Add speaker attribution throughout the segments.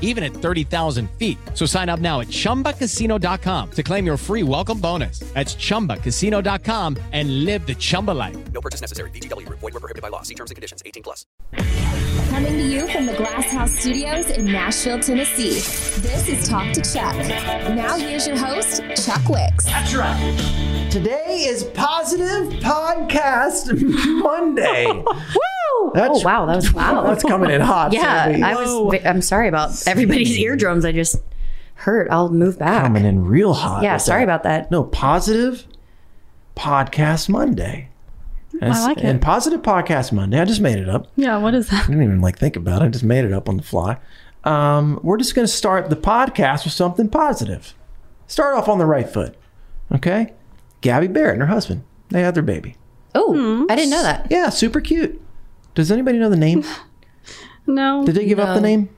Speaker 1: even at 30,000 feet. So sign up now at chumbacasino.com to claim your free welcome bonus. That's chumbacasino.com and live the Chumba life.
Speaker 2: No purchase necessary. VGW Void were prohibited by law. See terms and conditions. 18 plus.
Speaker 3: Coming to you from the Glass House Studios in Nashville, Tennessee. This is Talk to Chuck. Now here's your host, Chuck Wicks.
Speaker 4: That's right. Today is Positive Podcast Monday.
Speaker 5: Woo! oh wow, that was wow.
Speaker 4: That's coming in hot.
Speaker 5: yeah,
Speaker 4: baby.
Speaker 5: I was. I'm sorry about everybody's eardrums. I just hurt. I'll move back.
Speaker 4: coming in real hot.
Speaker 5: Yeah,
Speaker 4: with
Speaker 5: sorry about that.
Speaker 4: No, Positive Podcast Monday. And,
Speaker 5: like it.
Speaker 4: and Positive Podcast Monday. I just made it up.
Speaker 5: Yeah, what is that?
Speaker 4: I didn't even like think about it. I just made it up on the fly. Um, we're just going to start the podcast with something positive. Start off on the right foot. Okay? Gabby Barrett and her husband. They had their baby.
Speaker 5: Oh, I didn't know that.
Speaker 4: Yeah, super cute. Does anybody know the name?
Speaker 6: No.
Speaker 4: Did they give up the name?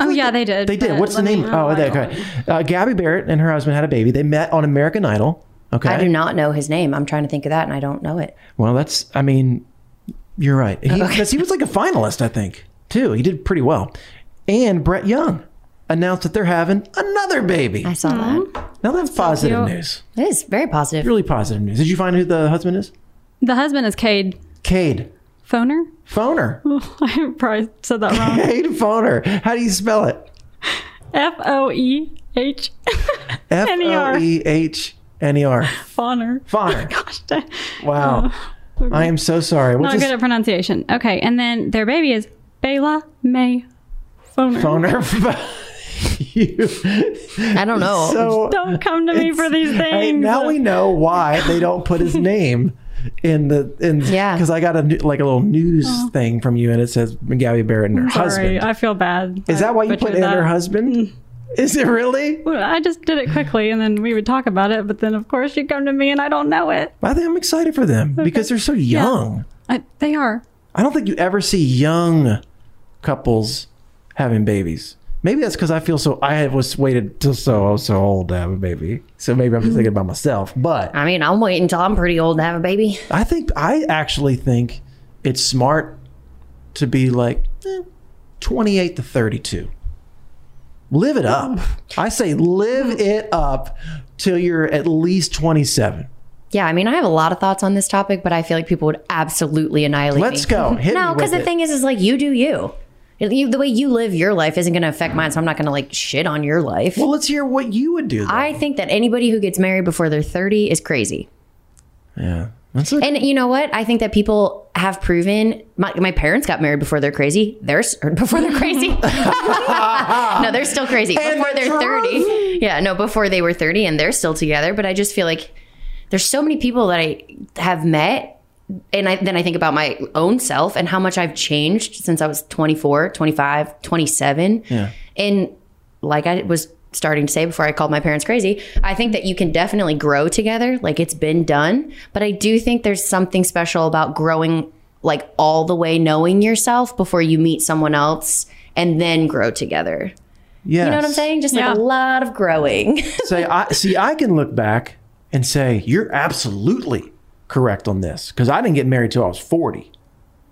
Speaker 6: oh yeah, they did.
Speaker 4: They did.
Speaker 6: but
Speaker 4: What's the
Speaker 6: let me-
Speaker 4: name? Oh,
Speaker 6: I
Speaker 4: okay.
Speaker 6: don't-
Speaker 4: okay. Uh, Gabby Barrett and her husband had a baby. They met on American Idol. Okay.
Speaker 5: I do not know his name. I'm trying to think of that, and I don't know it.
Speaker 4: Well, that's. I mean, you're right. He, 'cause he was like a finalist, I think. Too. He did pretty well. And Brett Young announced that they're having another baby.
Speaker 5: I saw that.
Speaker 4: Now that's positive
Speaker 6: cute.
Speaker 4: news.
Speaker 5: It is very positive.
Speaker 4: Really positive news. Did you find who the husband is?
Speaker 6: The husband is Cade
Speaker 4: Cade
Speaker 6: Phoner.
Speaker 4: Phoner.
Speaker 6: I probably said that wrong.
Speaker 4: Cade Phoner. How do you spell it?
Speaker 6: F O E H
Speaker 4: F O E H N E R.
Speaker 6: Phoner.
Speaker 4: Phoner.
Speaker 6: Gosh, dang.
Speaker 4: Wow. I am so sorry. What's
Speaker 6: not
Speaker 4: his
Speaker 6: good at pronunciation. Okay, and then their baby is Bela May Phoner.
Speaker 4: phoner? you.
Speaker 5: I don't know.
Speaker 4: So
Speaker 6: Don't come to me for these things.
Speaker 4: hey, now we know why they don't put his name in the in
Speaker 5: Yeah.
Speaker 4: because I got a new, like a little news thing from you and it says Gabby Barrett and her
Speaker 6: Oh. Sorry,
Speaker 4: husband.
Speaker 6: I feel bad.
Speaker 4: Is
Speaker 6: I
Speaker 4: that why you put
Speaker 6: butchered
Speaker 4: in
Speaker 6: that. Mm.
Speaker 4: her husband? Is it really?
Speaker 6: Well, I just did it quickly, and then we would talk about it. But then, of course, you come to me, and I don't know it.
Speaker 4: I think I'm excited for them because they're so young.
Speaker 6: I, they are.
Speaker 4: I don't think you ever see young couples having babies. Maybe that's because I feel so. I had- was waited till so I was so old to have a baby. So maybe I'm just thinking about myself. But
Speaker 5: I mean, I'm waiting until I'm pretty old to have a baby.
Speaker 4: I think I actually think it's smart to be like eh, 28 to 32. Live it up. I say live it up. till you're at least 27.
Speaker 5: Yeah, I mean, I have a lot of thoughts on this topic, but I feel like people would absolutely annihilate me.
Speaker 4: Let's go. Hit
Speaker 5: no,
Speaker 4: me with
Speaker 5: because the
Speaker 4: it.
Speaker 5: thing is, is like you do you. You- The way you live your life isn't going to affect mine, so I'm not going to like shit on your life.
Speaker 4: Well, let's hear what you would do. Though.
Speaker 5: I think that anybody who gets married before they're 30 is crazy.
Speaker 4: yeah. That's a,
Speaker 5: And you know what? I think that people have proven. My, my parents got married before they're crazy. They're s- or before they're crazy. no, they're still crazy before they're thirty. Yeah, no, before they were thirty, and they're still together. But I just feel like there's so many people that I have met, and I, then I think about my own self and how much I've changed since I was 24, 25, 27.
Speaker 4: yeah.
Speaker 5: And like I was starting to say before I called my parents crazy, I think that you can definitely grow together. Like it's been done. But I do think there's something special about growing like all the way knowing yourself before you meet someone else and then grow together.
Speaker 4: Yes.
Speaker 5: You know what I'm saying? Just like a lot of growing.
Speaker 4: say I see I can look back and say you're absolutely correct on this because I didn't get married till I was 40.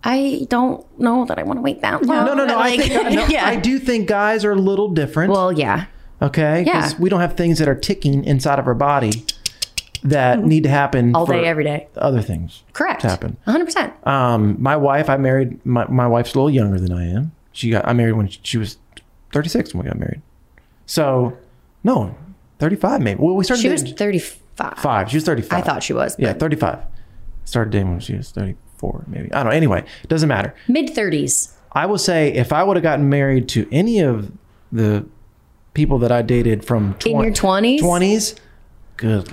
Speaker 5: I don't know that I want to wait that long.
Speaker 4: No, no, no.
Speaker 5: Like,
Speaker 4: I think no,
Speaker 5: yeah.
Speaker 4: I do think guys are a little different.
Speaker 5: Well, yeah.
Speaker 4: okay,
Speaker 5: yeah.
Speaker 4: we don't have things that are ticking inside of our body that need to happen
Speaker 5: Mm-hmm. All
Speaker 4: for
Speaker 5: day, every day.
Speaker 4: Other things
Speaker 5: Correct.
Speaker 4: to happen.
Speaker 5: 100%.
Speaker 4: Um, my wife, I married. My, my wife's a little younger than I am. She got I married when she was 36 when we got married. So no, 35 maybe. Well, we started.
Speaker 5: She was
Speaker 4: dating-
Speaker 5: 35.
Speaker 4: Five. She was 35.
Speaker 5: I thought she was.
Speaker 4: Yeah, 35. Started dating when she was 34, maybe. I don't know. Anyway, doesn't matter.
Speaker 5: Mid 30s.
Speaker 4: I will say if I would have gotten married to any of the people that I dated from
Speaker 5: In your 20s?
Speaker 4: 20s, good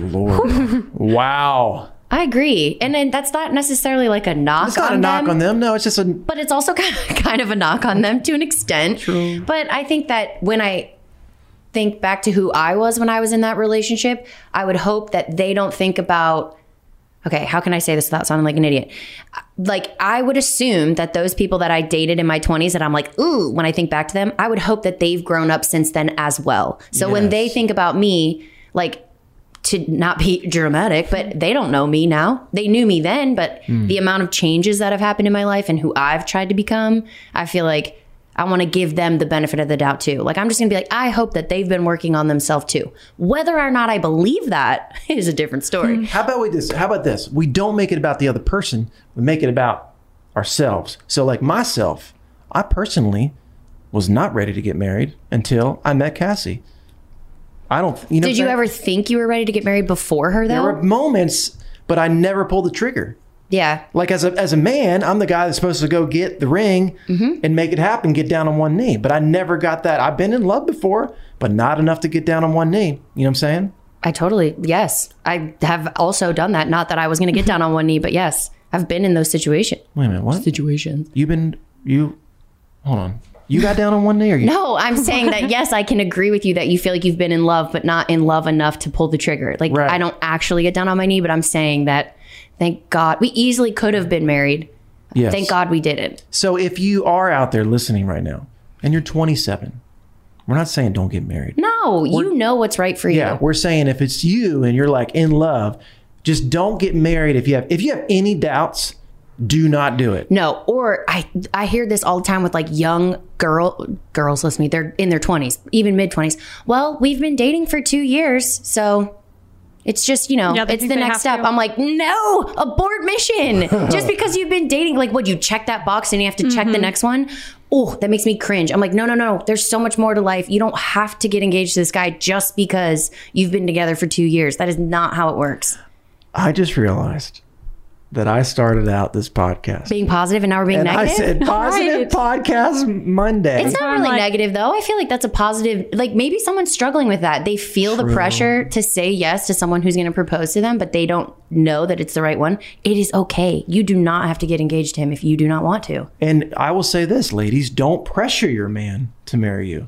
Speaker 4: lord. wow.
Speaker 5: I agree, and then that's not necessarily like a knock.
Speaker 4: It's not
Speaker 5: on
Speaker 4: a knock
Speaker 5: them,
Speaker 4: on them. No, it's just a
Speaker 5: but it's also kind of, kind of a knock on them to an extent. True. But I think that when I think back to who I was when I was in that relationship, I would hope that they don't think about. Okay, how can I say this without sounding like an idiot? Like I would assume that those people that I dated in my 20s that I'm like, "Ooh," when I think back to them, I would hope that they've grown up since then as well. So when they think about me, like to not be dramatic, but they don't know me now. They knew me then, but
Speaker 4: Hmm.
Speaker 5: the amount of changes that have happened in my life and who I've tried to become, I feel like I want to give them the benefit of the doubt too. Like I'm just going to be like I hope that they've been working on themselves too. Whether or not I believe that is a different story.
Speaker 4: How about we this? How about this? We don't make it about the other person. We make it about ourselves. So, like myself, I personally was not ready to get married until I met Cassie. I don't. You know,
Speaker 5: Did you
Speaker 4: what I'm
Speaker 5: ever think you were ready to get married before her
Speaker 4: saying?
Speaker 5: though?
Speaker 4: There were moments, but I never pulled the trigger.
Speaker 5: yeah.
Speaker 4: Like as a as a man, I'm the guy that's supposed to go get the ring
Speaker 5: Mm-hmm.
Speaker 4: and make it happen, get down on one knee. But I never got that. I've been in love before, but not enough to get down on one knee. You know what I'm saying?
Speaker 5: I totally, yes. I have also done that. Not that I was going to get down on one knee, but yes, I've been in those situations.
Speaker 4: Wait a minute. What?
Speaker 5: Situations.
Speaker 4: You've been you? Hold on. You got down on one knee, or you?
Speaker 5: No, I'm saying that yes, I can agree with you that you feel like you've been in love, but not in love enough to pull the trigger. Like
Speaker 4: Right.
Speaker 5: I don't actually get down on my knee, but I'm saying that thank God we easily could have been married.
Speaker 4: Yes.
Speaker 5: Thank God we didn't.
Speaker 4: So if you are out there listening right now and you're 27, we're not saying don't get married.
Speaker 5: No, you know what's right for
Speaker 4: Yeah,
Speaker 5: you.
Speaker 4: we're saying if it's you and you're like in love, just don't get married if you have if you have any doubts, do not do it.
Speaker 5: No, or I I hear this all the time with like young girl girls. Listen to me, they're in their twenties, even mid twenties. Well, we've been dating for two years, so it's just you know,
Speaker 6: Yeah, they
Speaker 5: it's
Speaker 6: think
Speaker 5: the
Speaker 6: they
Speaker 5: next
Speaker 6: have
Speaker 5: step.
Speaker 6: to.
Speaker 5: I'm like, no, abort mission. just because you've been dating, like, what you check that box and you have to check the
Speaker 6: Mm-hmm.
Speaker 5: next one. Oh, that makes me cringe. I'm like, no, no, no. There's so much more to life. You don't have to get engaged to this guy just because you've been together for two years. That is not how it works.
Speaker 4: I just realized that I started out this podcast.
Speaker 5: Being positive and now we're being
Speaker 4: and
Speaker 5: negative.
Speaker 4: I said positive podcast Monday.
Speaker 5: It's not
Speaker 6: I'm
Speaker 5: really
Speaker 6: like-
Speaker 5: negative though. I feel like that's a positive. Like maybe someone's struggling with that. They feel the pressure to say yes to someone who's going to propose to them, but they don't know that it's the right one. It is okay. You do not have to get engaged to him if you do not want to.
Speaker 4: and I will say this, ladies, don't pressure your man to marry you.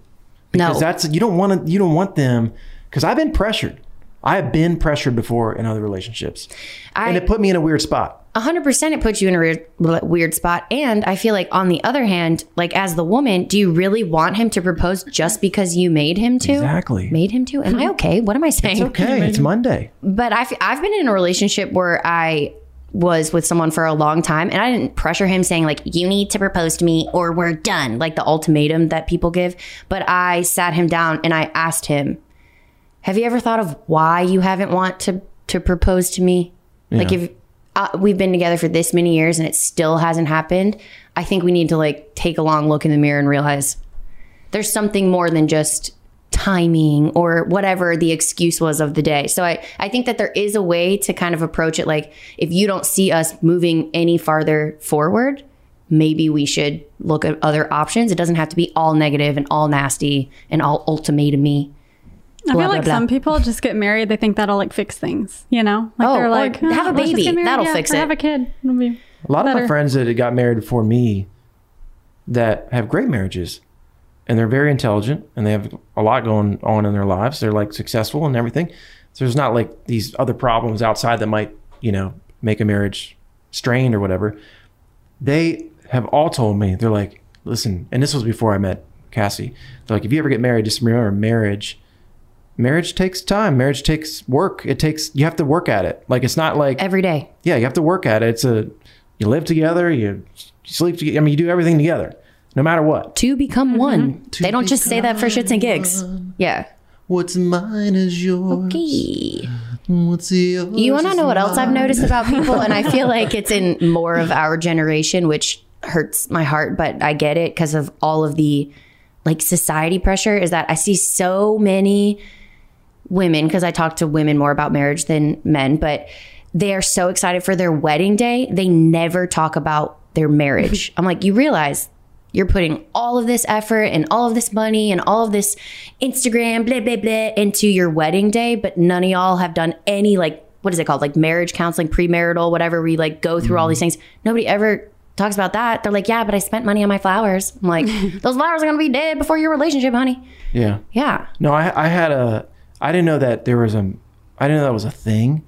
Speaker 5: No.
Speaker 4: because that's you don't want to you don't want them because I've been pressured. I have been pressured before in other relationships, and it put me in a weird spot.
Speaker 5: 100% it puts you in a weird, weird spot. And I feel like, on the other hand, like as the woman, do you really want him to propose just because you made him to?
Speaker 4: Exactly. Hmm.
Speaker 5: Made him to? Am I okay? What am I saying?
Speaker 4: It's okay. It's Monday.
Speaker 5: but I've, I've been in a relationship where I was with someone for a long time and I didn't pressure him saying like you need to propose to me or we're done like the ultimatum that people give but I sat him down and I asked him Have you ever thought of why you haven't want to to propose to me? Like
Speaker 7: Yeah.
Speaker 5: if uh, we've been together for this many years and it still hasn't happened, I think we need to like take a long look in the mirror and realize there's something more than just timing or whatever the excuse was of the day. So I, I think that there is a way to kind of approach it like if you don't see us moving any farther forward, maybe we should look at other options. It doesn't have to be all negative and all nasty and all ultimatum me.
Speaker 6: I feel like some people just get married. They think that'll like fix things, you know? Like
Speaker 5: Oh,
Speaker 6: they're
Speaker 5: or
Speaker 6: like,
Speaker 5: have a
Speaker 6: "Oh, let's just
Speaker 5: baby.
Speaker 6: get married,
Speaker 5: That'll
Speaker 6: yeah,
Speaker 5: fix
Speaker 6: or
Speaker 5: it."
Speaker 6: Have a kid. It'll be
Speaker 4: A lot of
Speaker 6: better."
Speaker 4: my friends that got married before me that have great marriages and they're very intelligent and they have a lot going on in their lives. They're like successful and everything. So there's not like these other problems outside that might, you know, make a marriage strained or whatever. They have all told me, they're like, listen, and this was before I met Cassie. They're like, if you ever get married, just remember marriage. Marriage takes time. Marriage takes work. It takes, you have to work at it. Like, it's not like
Speaker 5: every day.
Speaker 4: Yeah, you have to work at it. It's a you live together, you sleep together. I mean, you do everything together, no matter what.
Speaker 5: To become one. they don't just say that for shits and gigs. Yeah.
Speaker 4: What's mine is yours.
Speaker 5: Okay.
Speaker 4: What's yours?
Speaker 5: You want to know what else I've noticed about people? And I feel like it's in more of our generation, which hurts my heart, but I get it because of all of the like society pressure is that I see so many women, because I talk to women more about marriage than men, but they are so excited for their wedding day. They never talk about their marriage. I'm like, you realize you're putting all of this effort and all of this money and all of this Instagram, blah, blah, blah, into your wedding day, but none of y'all have done any, like, what is it called? Like marriage counseling, premarital, whatever. We like go through all these
Speaker 4: Mm-hmm.
Speaker 5: things. Nobody ever talks about that. They're like, yeah, but I spent money on my flowers. I'm like, those flowers are going to be dead before your relationship, honey.
Speaker 4: Yeah.
Speaker 5: Yeah.
Speaker 4: No, I I had a I didn't know that there was a I didn't know that was a thing.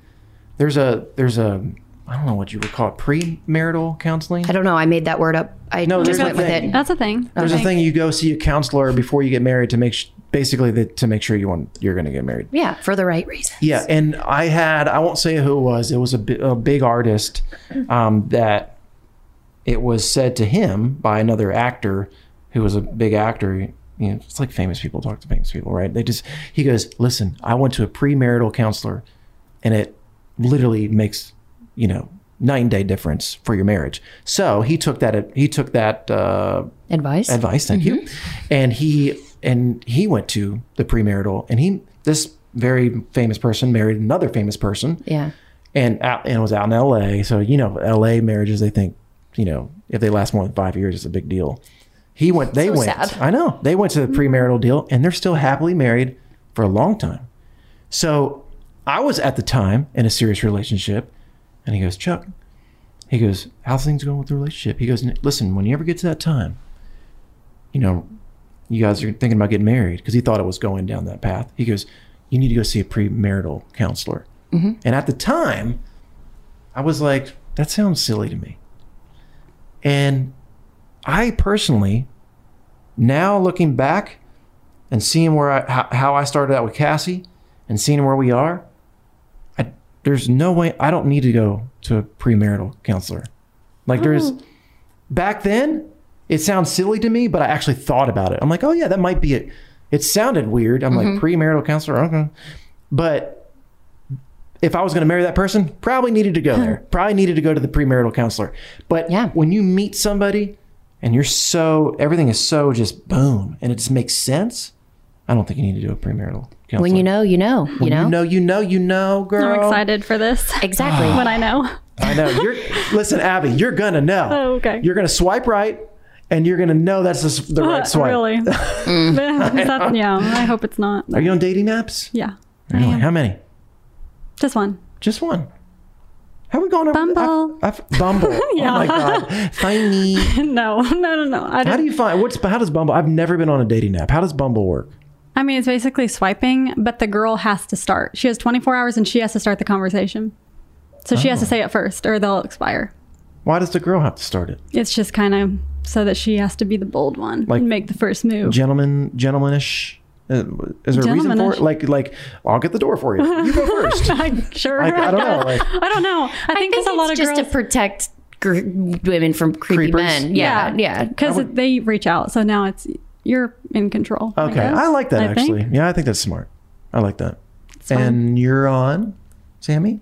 Speaker 4: There's a there's a I don't know what you would call it premarital counseling.
Speaker 5: I don't know. I made that word up. I
Speaker 4: No,
Speaker 5: just
Speaker 4: there's
Speaker 5: went
Speaker 4: a
Speaker 5: with
Speaker 4: thing.
Speaker 5: it.
Speaker 6: That's a thing.
Speaker 4: There's
Speaker 6: I
Speaker 4: a
Speaker 6: think.
Speaker 4: thing you go see a counselor before you get married to make sh- basically the, to make sure you want you're going to get married.
Speaker 5: Yeah, for the right reason.
Speaker 4: Yeah, and I had I won't say who it was. It was a, bi- a big artist um, that it was said to him by another actor who was a big actor. You know, it's like famous people talk to famous people, right? They just he goes, "Listen, I went to a premarital counselor, and it literally makes you know nine day difference for your marriage." So he took that he took that uh,
Speaker 5: Advice.
Speaker 4: advice. Thank you. And he and he went to the premarital, and he this very famous person married another famous person,
Speaker 5: Yeah.
Speaker 4: and out, and was out in L.A. So you know, L.A. marriages they think you know if they last more than five years, it's a big deal. He went. They
Speaker 5: So
Speaker 4: went.
Speaker 5: sad.
Speaker 4: I know they went to the premarital deal, and they're still happily married for a long time. So I was at the time in a serious relationship, and he goes, Chuck. He goes, how's things going with the relationship? He goes, "N- listen, when you ever get to that time, you know, you guys are thinking about getting married because he thought it was going down that path. He goes, you need to go see a premarital counselor.
Speaker 8: Mhm.
Speaker 4: And at the time, I was like, that sounds silly to me. And I personally, now looking back and seeing where I, how, how I started out with Cassie and seeing where we are, I, there's no way I don't need to go to a premarital counselor. Like there's back then, it sounds silly to me, but I actually thought about it. I'm like, oh yeah, that might be it. It sounded weird. I'm
Speaker 8: Mhm.
Speaker 4: like premarital counselor, okay. But if I was going to marry that person, probably needed to go there. probably needed to go to the premarital counselor. But yeah. when you meet somebody and you're so everything is so just boom and it just makes sense, I don't think you need to do a premarital counselor.
Speaker 5: When you know, you know. You
Speaker 4: When
Speaker 5: know?
Speaker 4: you know, you know, you know, girl.
Speaker 6: I'm excited for this.
Speaker 5: Exactly.
Speaker 6: when I know.
Speaker 4: I know. You're listen, Abby. You're gonna know.
Speaker 6: Oh, okay.
Speaker 4: You're gonna swipe right, and you're gonna know that's the, the right swipe.
Speaker 6: Really? Is that- yeah, I hope it's not.
Speaker 4: Are you on dating apps?
Speaker 6: Yeah,
Speaker 4: Really? How many?
Speaker 6: just one.
Speaker 4: Just one. How are we going over
Speaker 6: Bumble?
Speaker 4: I've, Bumble.
Speaker 6: Yeah.
Speaker 4: Oh my god. Find me.
Speaker 6: no, no, no, no. I
Speaker 4: How
Speaker 6: don't.
Speaker 4: do you find what's how does Bumble? I've never been on a dating app. How does Bumble work?
Speaker 6: I mean, it's basically swiping, but the girl has to start. She has 24 hours and she has to start the conversation. So she has to
Speaker 4: Oh.
Speaker 6: say it first or they'll expire.
Speaker 4: Why does the girl have to start it?
Speaker 6: It's just kind of so that she has to be the bold one
Speaker 4: Like-
Speaker 6: and make the first move.
Speaker 4: Gentleman, gentlemanish. Uh, Is there a reason for
Speaker 6: Gentlemanish.
Speaker 4: it? Like, like I'll get the door for you. You go first.
Speaker 6: I'm sure.
Speaker 4: Like, I don't know, like-
Speaker 6: I don't know. I think, there's a lot
Speaker 5: it's
Speaker 6: of
Speaker 5: just
Speaker 6: girls.
Speaker 5: to protect gr- women from creepy men. Yeah, yeah.
Speaker 6: Because they reach out. So now it's you're in control.
Speaker 4: Okay,
Speaker 6: guess,
Speaker 4: I like that
Speaker 6: I think.
Speaker 4: actually. Yeah, I think that's smart. I like that. and you're on, Sammy.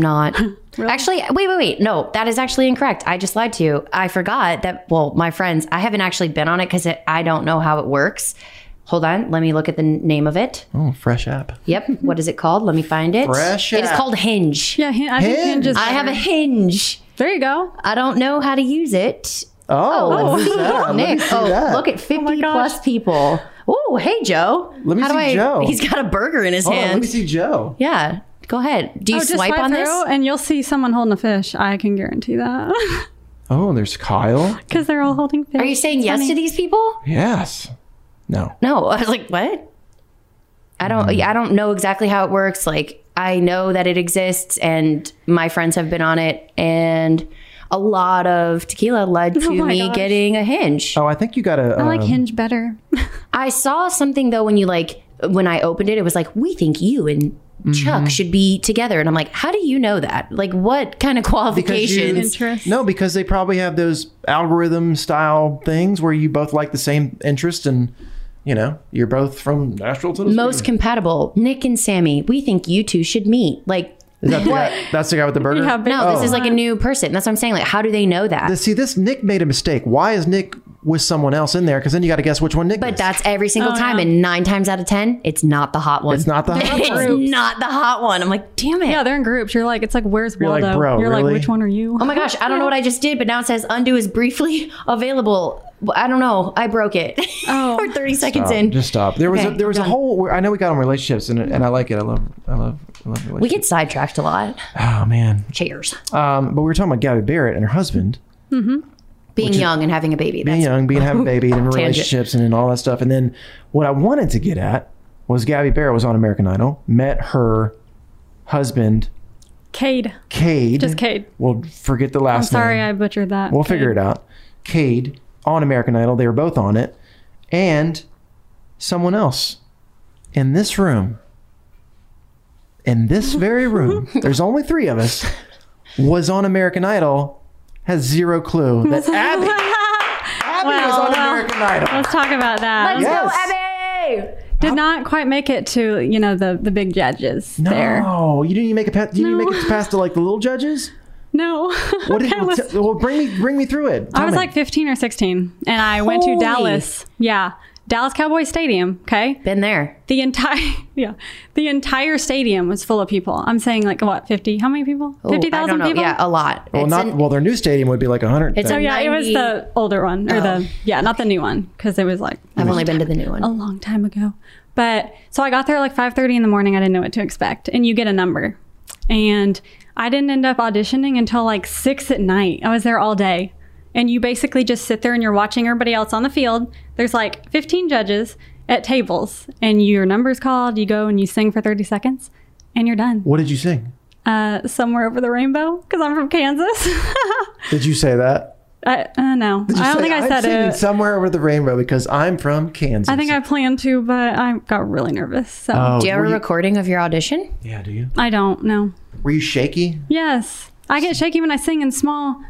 Speaker 5: not. Actually, wait, wait, wait. No, that is actually incorrect. I just lied to you. I forgot that. Well, my friends, I haven't actually been on it because I don't know how it works. Hold on. Let me look at the n- name of it.
Speaker 4: Oh, fresh app.
Speaker 5: Yep. What is it called? Let me find it.
Speaker 4: Fresh
Speaker 5: It is
Speaker 4: app.
Speaker 5: called Hinge.
Speaker 6: Yeah, I think Hinge is
Speaker 5: I have a
Speaker 6: better.
Speaker 5: Hinge.
Speaker 6: There you go.
Speaker 5: I don't know how to use it.
Speaker 4: Oh,
Speaker 5: Oh,
Speaker 4: what is that? Let me
Speaker 5: Nick.
Speaker 4: see
Speaker 5: Oh,
Speaker 4: that.
Speaker 5: look at 50 plus people. Oh, hey, Joe.
Speaker 4: Let me
Speaker 5: how do
Speaker 4: see
Speaker 5: I,
Speaker 4: Joe.
Speaker 5: He's got a burger in his
Speaker 4: Hold on,
Speaker 5: hand.
Speaker 4: Oh, let me see Joe.
Speaker 5: Yeah. Go ahead. Do you
Speaker 6: Oh, just
Speaker 5: swipe on this?
Speaker 6: through And you'll see someone holding a fish. I can guarantee that.
Speaker 4: Oh, there's Kyle.
Speaker 6: Because they're all holding fish.
Speaker 5: Are you saying yes to these people?
Speaker 4: Yes. No.
Speaker 5: No, I was like, what? I
Speaker 4: Hmm.
Speaker 5: don't. I don't know exactly how it works. Like, I know that it exists, and my friends have been on it, and a lot of tequila led to
Speaker 6: Oh my
Speaker 5: me
Speaker 6: gosh.
Speaker 5: getting a hinge.
Speaker 4: Oh, I think you got a.
Speaker 6: I like
Speaker 4: um,
Speaker 6: Hinge better.
Speaker 5: I saw something though when you like when I opened it, it was like, we think you and
Speaker 4: Mm-hmm.
Speaker 5: Chuck should be together, and I'm like, how do you know that? Like, what kind of
Speaker 4: because you-
Speaker 5: qualifications?
Speaker 4: No, because they probably have those algorithm style things where you both like the same interest and you know you're both from Nashville, Tennessee.
Speaker 5: Most compatible, Nick and Sammy. We think you two should meet. Like,
Speaker 4: Is that the
Speaker 5: what?
Speaker 4: guy- that's the guy with the burger.
Speaker 6: Yeah, Oh.
Speaker 5: No, this is like a new person. That's what I'm saying. Like, how do they know that?
Speaker 4: This- See, this Nick made a mistake. Why is Nick with someone else in there? Because then you got to guess which one Nick.
Speaker 5: But
Speaker 4: is.
Speaker 5: that's
Speaker 6: Oh,
Speaker 5: every single time, and nine times out of ten, it's not the hot one.
Speaker 4: it's not the.
Speaker 5: It's not the hot one. I'm like, damn it.
Speaker 6: Yeah, they're in groups. You're like, it's like, where's
Speaker 4: You're like,
Speaker 6: Waldo?
Speaker 4: bro,
Speaker 6: You're
Speaker 4: really?
Speaker 6: like, which one are you?
Speaker 5: oh my gosh, I don't know what I just did, but now it says undo is briefly available. Well, I don't know. I broke it.
Speaker 6: Oh.
Speaker 5: We're 30 seconds
Speaker 4: Stop,
Speaker 5: in.
Speaker 4: Just stop. There was
Speaker 5: Okay,
Speaker 4: a, there was a
Speaker 5: done.
Speaker 4: whole. where- I know we got on relationships and and I like it. I love I love I love relationships.
Speaker 5: We get sidetracked a lot.
Speaker 4: oh man.
Speaker 5: Cheers.
Speaker 4: Um, but we were talking about Gabby Barrett and her husband.
Speaker 5: Being young and having a baby.
Speaker 4: being
Speaker 5: That's
Speaker 4: young, being having a baby, and in
Speaker 5: Tangent.
Speaker 4: relationships, and in all that stuff. And then what I wanted to get at was Gabby Barrett was on American Idol, met her husband
Speaker 6: Cade.
Speaker 4: Cade.
Speaker 6: Just Cade.
Speaker 4: We'll forget the
Speaker 6: I'm
Speaker 4: last
Speaker 6: sorry
Speaker 4: name.
Speaker 6: I butchered that.
Speaker 4: we'll figure it out. Cade on American Idol. They were both on it, and someone else in this room. In this very room, there's only three of us. Was on American Idol, has zero clue that Abby, Abby was on American Idol.
Speaker 6: Let's talk about that.
Speaker 5: Abby!
Speaker 6: Did not quite make it to, you know, the, the big judges there.
Speaker 4: No, you didn't even make it past. Didn't you make it past to like the little judges?
Speaker 6: No.
Speaker 4: What did,
Speaker 6: I was,
Speaker 4: well, t- well, bring me, bring me through it.
Speaker 6: I
Speaker 4: Tell
Speaker 6: was
Speaker 4: me.
Speaker 6: like 15 or 16, and I went to
Speaker 5: Holy.
Speaker 6: Dallas. Yeah. Dallas Cowboy Stadium. Okay.
Speaker 5: Been there.
Speaker 6: The entire yeah, the entire stadium was full of people. I'm saying like what fifty? How many people?
Speaker 5: Ooh,
Speaker 6: Fifty
Speaker 5: I don't
Speaker 6: thousand
Speaker 5: know.
Speaker 6: people.
Speaker 5: Yeah, a lot.
Speaker 4: well,
Speaker 5: It's
Speaker 4: not
Speaker 5: an-
Speaker 4: well. Their new stadium would be like a hundred.
Speaker 5: It's
Speaker 4: thousand.
Speaker 6: So yeah, it was
Speaker 5: 90
Speaker 6: the older one or the yeah, not the new one because it was like
Speaker 5: I've only been to the new
Speaker 6: a
Speaker 5: one.
Speaker 6: long time ago. But so I got there like 5:30 in the morning. I didn't know what to expect, and you get a number. And I didn't end up auditioning until like six at night. I was there all day, and you basically just sit there and you're watching everybody else on the field. There's like 15 judges at tables, and your number's called. You go and you sing for 30 seconds, and you're done.
Speaker 4: what did you sing?
Speaker 6: Uh, somewhere over the rainbow, because I'm from Kansas.
Speaker 4: Did you say that?
Speaker 6: I, uh, no,
Speaker 4: Did you
Speaker 6: I don't
Speaker 4: say,
Speaker 6: think I
Speaker 4: "I'm
Speaker 6: said
Speaker 4: singing
Speaker 6: it.
Speaker 4: somewhere over the rainbow because I'm from Kansas.
Speaker 6: I think I planned to, but I got really nervous. So
Speaker 4: Oh,
Speaker 5: Do you have
Speaker 4: were
Speaker 5: a recording of your audition?
Speaker 4: yeah, do you?
Speaker 6: I don't know.
Speaker 4: Were you shaky?
Speaker 6: Yes. I get shaky when I sing in small,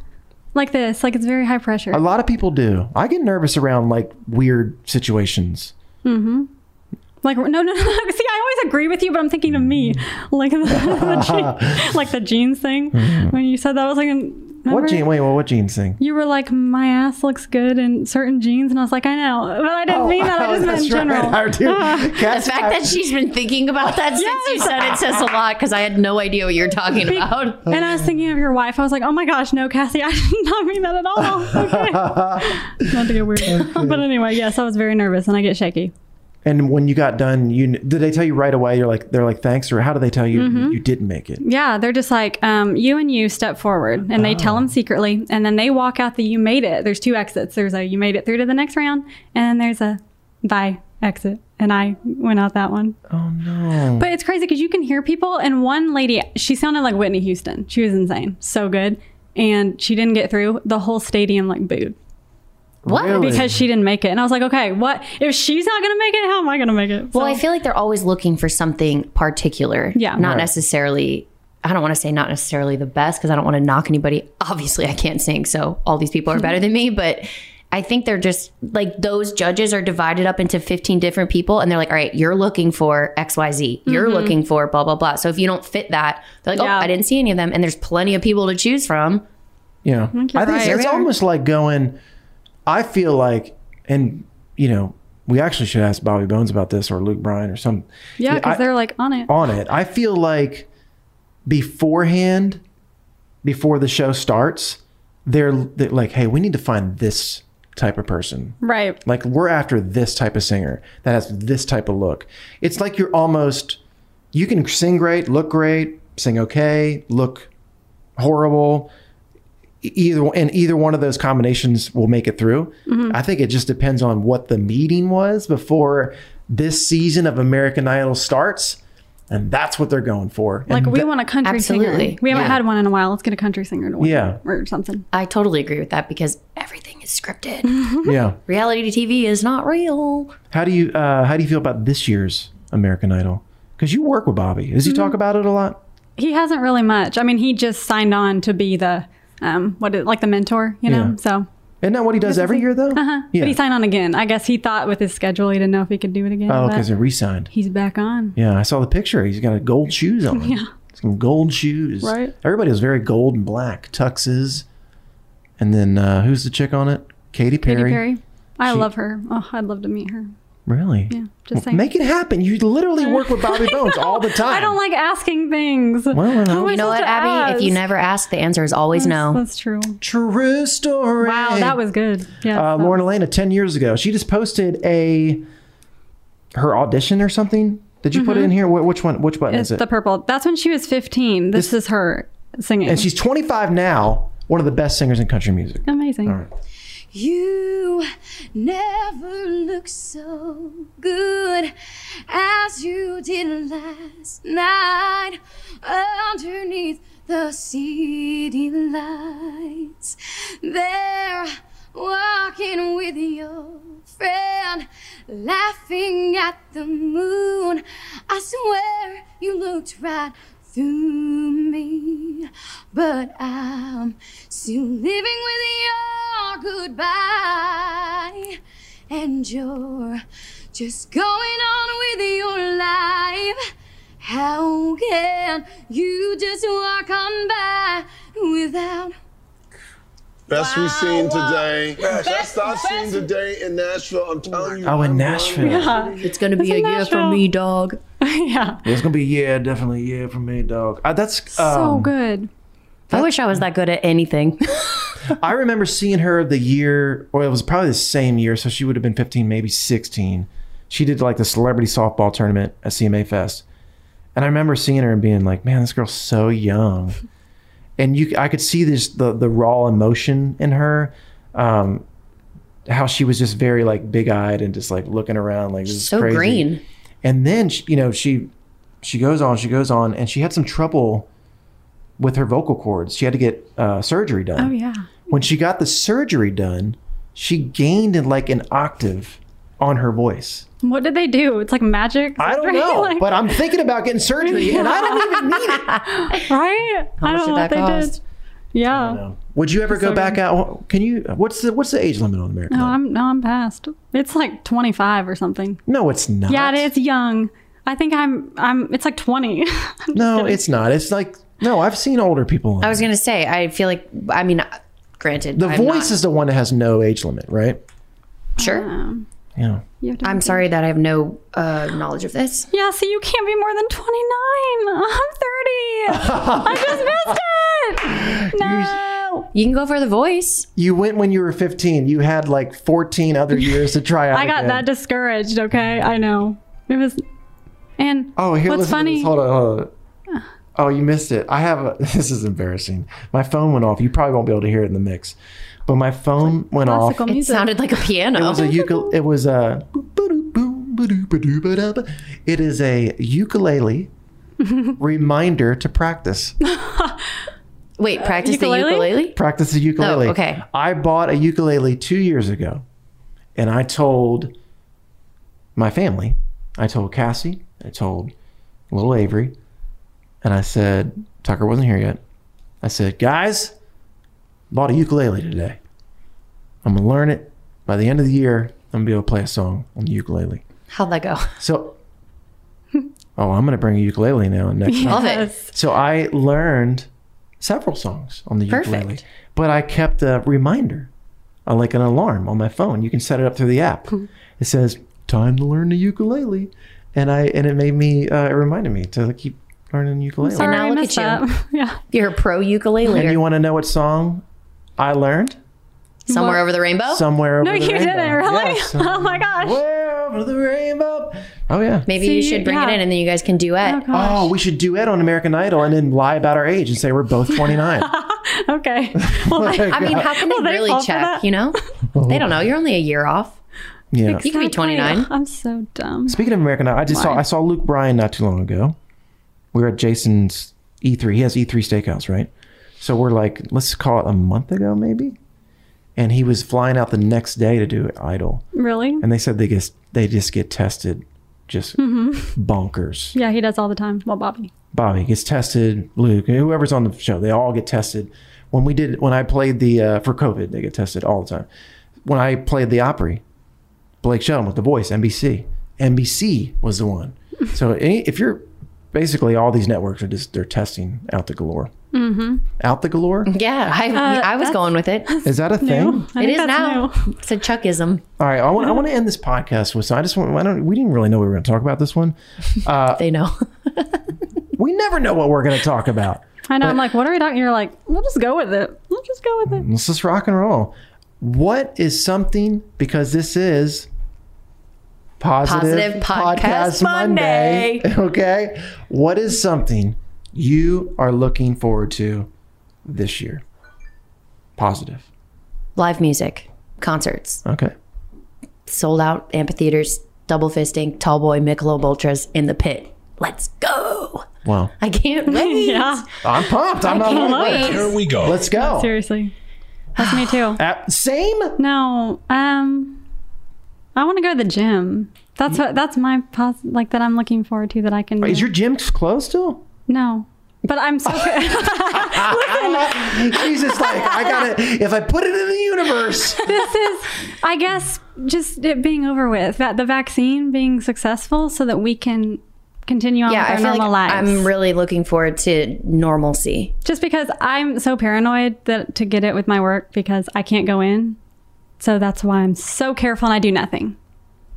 Speaker 6: like this. Like it's very high pressure.
Speaker 4: A lot of people do. I get nervous around like weird situations.
Speaker 6: Like no, no, no. See, I always agree with you, but I'm thinking of me, like the, the jean, like the jeans thing. When you said that, I was like, remember?
Speaker 4: What gene? Wait, well, what gene sing?
Speaker 6: You were like, my ass looks good in certain jeans, and I was like, I know, but I didn't mean that. I
Speaker 4: Oh,
Speaker 6: just meant in general.
Speaker 5: The fact that she's been thinking about that since you said it says a lot because I had no idea what you're talking about.
Speaker 6: And I was thinking of your wife. I was like, oh my gosh, no, Cassie, I did not mean that at all. Okay. not to get weird. but anyway, yes, I was very nervous, and I get shaky.
Speaker 4: And when you got done, you kn- did they tell you right away? You're like, they're like, thanks, or how do they tell you
Speaker 6: Mm-hmm.
Speaker 4: you didn't make it?
Speaker 6: Yeah, they're just like, um, you and you step forward, and they tell them secretly, and then they walk out the you made it. There's two exits. There's a you made it through to the next round, and then there's a bye exit. And I went out that one.
Speaker 4: Oh no!
Speaker 6: But it's crazy because you can hear people, and one lady, she sounded like Whitney Houston. She was insane, so good, and she didn't get through. The whole stadium like booed
Speaker 5: What?
Speaker 4: Really?
Speaker 6: because she didn't make it. And I was like, okay, what if she's not gonna make it? How am I gonna make it?
Speaker 5: Well, I feel like they're always looking for something particular.
Speaker 6: Yeah.
Speaker 5: Not
Speaker 6: Right.
Speaker 5: necessarily, I don't want to say not necessarily the best because I don't want to knock anybody. Obviously, I can't sing. So all these people are better than me. But I think they're just like those judges are divided up into 15 different people and they're like, all right, you're looking for XYZ. You're
Speaker 6: Mm-hmm.
Speaker 7: Mhm.
Speaker 5: looking for blah, blah, blah. So if you don't fit that, they're like,
Speaker 7: Yeah.
Speaker 5: oh, I didn't see any of them. And there's plenty of people to choose from.
Speaker 4: Yeah. I
Speaker 5: think
Speaker 4: think
Speaker 5: you're
Speaker 4: it's,
Speaker 5: right.
Speaker 4: it's
Speaker 5: Yeah.
Speaker 4: almost like going, I feel like, and, you know, we actually should ask Bobby Bones about this or Luke Bryan or some.
Speaker 6: Yeah, because
Speaker 4: I-
Speaker 6: they're like on it.
Speaker 4: on it. I feel like beforehand, before the show starts, they're, they're like, hey, we need to find this type of person.
Speaker 6: Right.
Speaker 4: Like we're after this type of singer that has this type of look. It's like you're almost you can sing great, look great, sing okay, look horrible. E- Either and either one of those combinations will make it through.
Speaker 6: Mm-hmm.
Speaker 8: Mhm.
Speaker 4: I think it just depends on what the meeting was before this season of American Idol starts, and that's what they're going for.
Speaker 6: Like
Speaker 4: And
Speaker 6: we
Speaker 4: tha-
Speaker 6: want a country
Speaker 5: Absolutely.
Speaker 6: singer. We haven't
Speaker 5: Yeah.
Speaker 6: had one in a while. Let's get a country singer to win.
Speaker 4: Yeah.
Speaker 6: Or something.
Speaker 5: I totally agree with that because everything is scripted.
Speaker 6: Mm-hmm.
Speaker 4: yeah.
Speaker 5: Reality TV is not real.
Speaker 4: How do you uh, how do you feel about this year's American Idol? Because you work with Bobby. Does he
Speaker 6: Mhm.
Speaker 4: talk about it a lot?
Speaker 6: He hasn't really much. I mean, he just signed on to be the um what is, like the mentor, you know.
Speaker 4: Yeah.
Speaker 6: So
Speaker 4: Isn't that what he does every year though?
Speaker 6: Uh-huh.
Speaker 4: Yeah.
Speaker 6: But he signed on again. I guess he thought with his schedule he didn't know if he could do it again.
Speaker 4: Oh,
Speaker 6: but
Speaker 4: because they re-signed.
Speaker 6: he's back on.
Speaker 4: Yeah, I saw the picture. He's got a gold shoes on.
Speaker 6: Yeah.
Speaker 4: Some gold shoes.
Speaker 6: Right.
Speaker 4: Everybody was very gold and black. Tuxes. And then uh, who's the chick on it? Katy Perry.
Speaker 6: Katy Perry. I
Speaker 4: She-
Speaker 6: love her. Oh, I'd love to meet her.
Speaker 4: Really?
Speaker 6: Yeah. Just
Speaker 4: Well,
Speaker 6: saying.
Speaker 4: make it happen. You literally work with Bobby Bones all the time.
Speaker 6: I don't like asking things.
Speaker 4: Well, I know.
Speaker 6: Who am I
Speaker 5: You know what,
Speaker 6: supposed to
Speaker 5: Abby? If you
Speaker 6: ask?
Speaker 5: never ask, the answer is always
Speaker 6: That's-
Speaker 5: no.
Speaker 6: That's true.
Speaker 4: True story.
Speaker 6: Wow, that was good. Yeah.
Speaker 4: uh,
Speaker 6: that
Speaker 4: Lauren
Speaker 6: was-
Speaker 4: Elena, 10 years ago, she just posted a her audition or something. Did you put it
Speaker 6: Mhm.
Speaker 4: in here? Wh- Which one? Which button
Speaker 6: It's
Speaker 4: is it?
Speaker 6: the purple. That's when she was 15. This is her singing.
Speaker 4: and she's 25 now, one of the best singers in country music.
Speaker 6: amazing.
Speaker 4: All right.
Speaker 9: You never look so good as you did last night underneath the city lights. There, walking with your friend, laughing at the moon. I swear you looked right through me, but I'm still living with your goodbye, and you're just going on with your life. How can you just walk on by without?
Speaker 10: Best we've seen today. Best I've seen today in Nashville. I'm telling you.
Speaker 4: Oh, in Nashville.
Speaker 5: It's going to be a year for me, dog.
Speaker 6: yeah.
Speaker 4: It's gonna be yeah, definitely yeah for me, dog. Uh, that's
Speaker 5: So
Speaker 4: um,
Speaker 6: good.
Speaker 5: I wish I was that good at anything.
Speaker 4: I remember seeing her the year, or it was probably the same year, so she would have been 15, maybe 16. She did like the celebrity softball tournament at CMA Fest, and I remember seeing her and being like, "Man, this girl's so young," and you, I could see this the the raw emotion in her. Um, how she was just very like big eyed and just like looking around like this is
Speaker 5: So
Speaker 4: crazy.
Speaker 5: green.
Speaker 4: And then she, you know she she goes on, she goes on, and she had some trouble with her vocal cords. She had to get uh, surgery done
Speaker 6: Oh, yeah.
Speaker 4: when she got the surgery done, she gained in like an octave on her voice.
Speaker 6: What did they do? It's like magic.
Speaker 4: I don't know, but I'm thinking about getting surgery, and I don't even need
Speaker 6: it. Right?
Speaker 4: How
Speaker 6: I don't
Speaker 4: much did
Speaker 6: know what
Speaker 4: that
Speaker 6: they
Speaker 4: cost?
Speaker 6: did. Yeah.
Speaker 4: Would you ever
Speaker 6: It's
Speaker 4: go
Speaker 6: so
Speaker 4: back
Speaker 6: good.
Speaker 4: out? Can you? What's the what's the age limit on American?
Speaker 6: No, I'm no, I'm past. It's like 25 or something.
Speaker 4: No, it's not.
Speaker 6: Yeah, it is young. I think I'm. I'm. It's like 20.
Speaker 4: no, it's not. It's like no. I've seen older people.
Speaker 5: I was going to say, I feel like, I mean, granted,
Speaker 6: Oh,
Speaker 4: The
Speaker 5: I'm not-
Speaker 4: voice is the one that has no age limit, right?
Speaker 5: Sure.
Speaker 6: Um,
Speaker 4: Yeah.
Speaker 5: I'm sorry that I have no uh, knowledge of this.
Speaker 6: yeah. So you can't be more than 29. I'm 30. I just missed it. No.
Speaker 5: You can go for the voice.
Speaker 4: You went when you were 15. You had like 14 other years to try out.
Speaker 6: I got
Speaker 4: again.
Speaker 6: that discouraged. Okay, I know. It was. And
Speaker 4: Oh, here,
Speaker 6: what's
Speaker 4: listen to
Speaker 6: funny?
Speaker 4: this. Hold on, hold on. Oh, you missed it. I have a. This is embarrassing. My phone went off. You probably won't be able to hear it in the mix, but my phone went off.
Speaker 5: It sounded like a piano.
Speaker 4: It was a ukulele. It was a. It is a ukulele reminder to practice.
Speaker 5: Wait, practice the
Speaker 6: Uh, ukulele?
Speaker 5: ukulele?
Speaker 4: Practice the ukulele.
Speaker 5: Oh, okay.
Speaker 4: I bought a ukulele two years ago, and I told my family, I told Cassie, I told little Avery, and I said, Tucker wasn't here yet. I said, guys, bought a ukulele today. I'm gonna learn it. By the end of the year, I'm gonna be able to play a song on the ukulele.
Speaker 5: How'd that go?
Speaker 4: So, oh, I'm gonna bring a ukulele now. Next time.
Speaker 5: Love it.
Speaker 4: So I learned several songs on the
Speaker 5: Perfect.
Speaker 4: ukulele, but I kept a reminder, uh, like an alarm on my phone. You can set it up through the app.
Speaker 6: Hmm.
Speaker 4: it says time to learn the ukulele, and I and it made me. Uh, it reminded me to keep learning ukulele.
Speaker 5: and now look at you.
Speaker 6: yeah.
Speaker 5: You're a pro ukulele.
Speaker 4: And you want to know what song I learned?
Speaker 5: Somewhere over the rainbow.
Speaker 4: Somewhere over
Speaker 6: Oh, No,
Speaker 4: the
Speaker 6: you
Speaker 4: rainbow.
Speaker 6: didn't really.
Speaker 4: Yes.
Speaker 6: oh my gosh.
Speaker 4: over the rainbow. Oh yeah.
Speaker 5: Maybe you
Speaker 6: See,
Speaker 5: should bring
Speaker 6: yeah.
Speaker 5: it in, and then you guys can duet.
Speaker 4: Oh, we should duet on American Idol and then lie about our age and say we're both 29.
Speaker 6: Okay. Well,
Speaker 4: Like,
Speaker 5: I mean, how can they
Speaker 6: Will they
Speaker 5: really
Speaker 6: fall for
Speaker 5: check?
Speaker 6: that?
Speaker 5: You know, they don't know. You're only a year off.
Speaker 4: yeah.
Speaker 5: You could be 29.
Speaker 6: I'm so dumb.
Speaker 4: Speaking of American Idol, I just saw I saw Luke Bryan not too long ago. We were at Jason's E3. He has E3 Steakhouse, right? So we're like, let's call it a month ago, maybe. And he was flying out the next day to do Idol,
Speaker 6: Really?
Speaker 4: and they said they just they just get tested, just bonkers.
Speaker 6: Mm-hmm. Yeah, he does all the time. Well, Bobby.
Speaker 4: Bobby gets tested, Luke, whoever's on the show, they all get tested. When we did, when I played the uh, for COVID, they get tested all the time. When I played the Opry, Blake Shelton with the Voice, NBC, NBC was the one. so any, if you're basically all these networks are just they're testing out the galore,
Speaker 6: Mm-hmm.
Speaker 4: out the galore.
Speaker 5: Yeah, I, I was
Speaker 6: Uh, that's-
Speaker 5: going with it.
Speaker 4: Is that a thing?
Speaker 6: I
Speaker 5: It
Speaker 6: think
Speaker 5: is
Speaker 6: that's
Speaker 5: now. It's a Chuckism.
Speaker 4: All right, I want I want to end this podcast with. So I just want I don't we didn't really know we were going to talk about this one. Uh,
Speaker 5: They know.
Speaker 4: we never know what we're going to talk about.
Speaker 6: I know. I'm like, what are we talking? You're like, we'll just go with it. We'll just go with it.
Speaker 4: Let's just rock and roll. What is something because this is
Speaker 5: Positive Podcast Monday.
Speaker 4: Okay. What is something you are looking forward to this year? Positive.
Speaker 5: Live music, concerts,
Speaker 4: Okay.
Speaker 5: sold out amphitheaters, double fisting, tall boy, Michelob Ultras in the pit. Let's go.
Speaker 4: Wow.
Speaker 5: I can't wait.
Speaker 6: Yeah.
Speaker 4: I'm pumped. I'm
Speaker 5: I
Speaker 4: not
Speaker 5: can't
Speaker 4: alone.
Speaker 5: wait. Here
Speaker 4: we go. Let's go.
Speaker 6: Seriously. That's me too.
Speaker 4: At- same?
Speaker 6: No. Um, I want to go to the gym. That's what. That's my pos- like that I'm looking forward to that I can.
Speaker 4: Is
Speaker 6: do.
Speaker 4: your gym closed still?
Speaker 6: no. But I'm so.
Speaker 4: She's just like, I gotta if I put it in the universe.
Speaker 6: this is, I guess, just it being over with that the vaccine being successful so that we can continue on
Speaker 5: Yeah,
Speaker 6: with our
Speaker 5: I feel like
Speaker 6: normal lives.
Speaker 5: I'm really looking forward to normalcy.
Speaker 6: just because I'm so paranoid that to get it with my work because I can't go in. So that's why I'm so careful and I do nothing.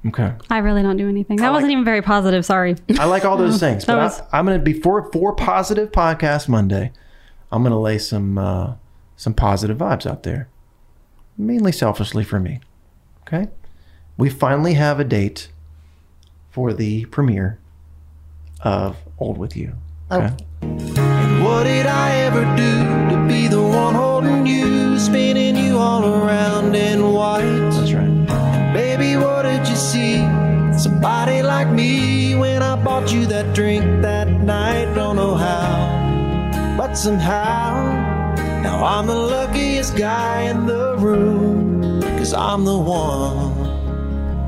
Speaker 4: Okay.
Speaker 6: I really don't do anything. That wasn't even very positive. Sorry.
Speaker 4: I like all those things, but
Speaker 6: that
Speaker 4: I,
Speaker 6: was-
Speaker 4: I'm going to before for positive podcast Monday. I'm going to lay some uh, some positive vibes out there, mainly selfishly for me. Okay, we finally have a date for the premiere of Old with You. Okay?
Speaker 6: Oh.
Speaker 7: What did I ever do to be the one holding you, spinning you all around in white?
Speaker 4: That's right.
Speaker 7: Baby, what did you see? Somebody like me when I bought you that drink that night. Don't know how, but somehow, now I'm the luckiest guy in the room, cause I'm the one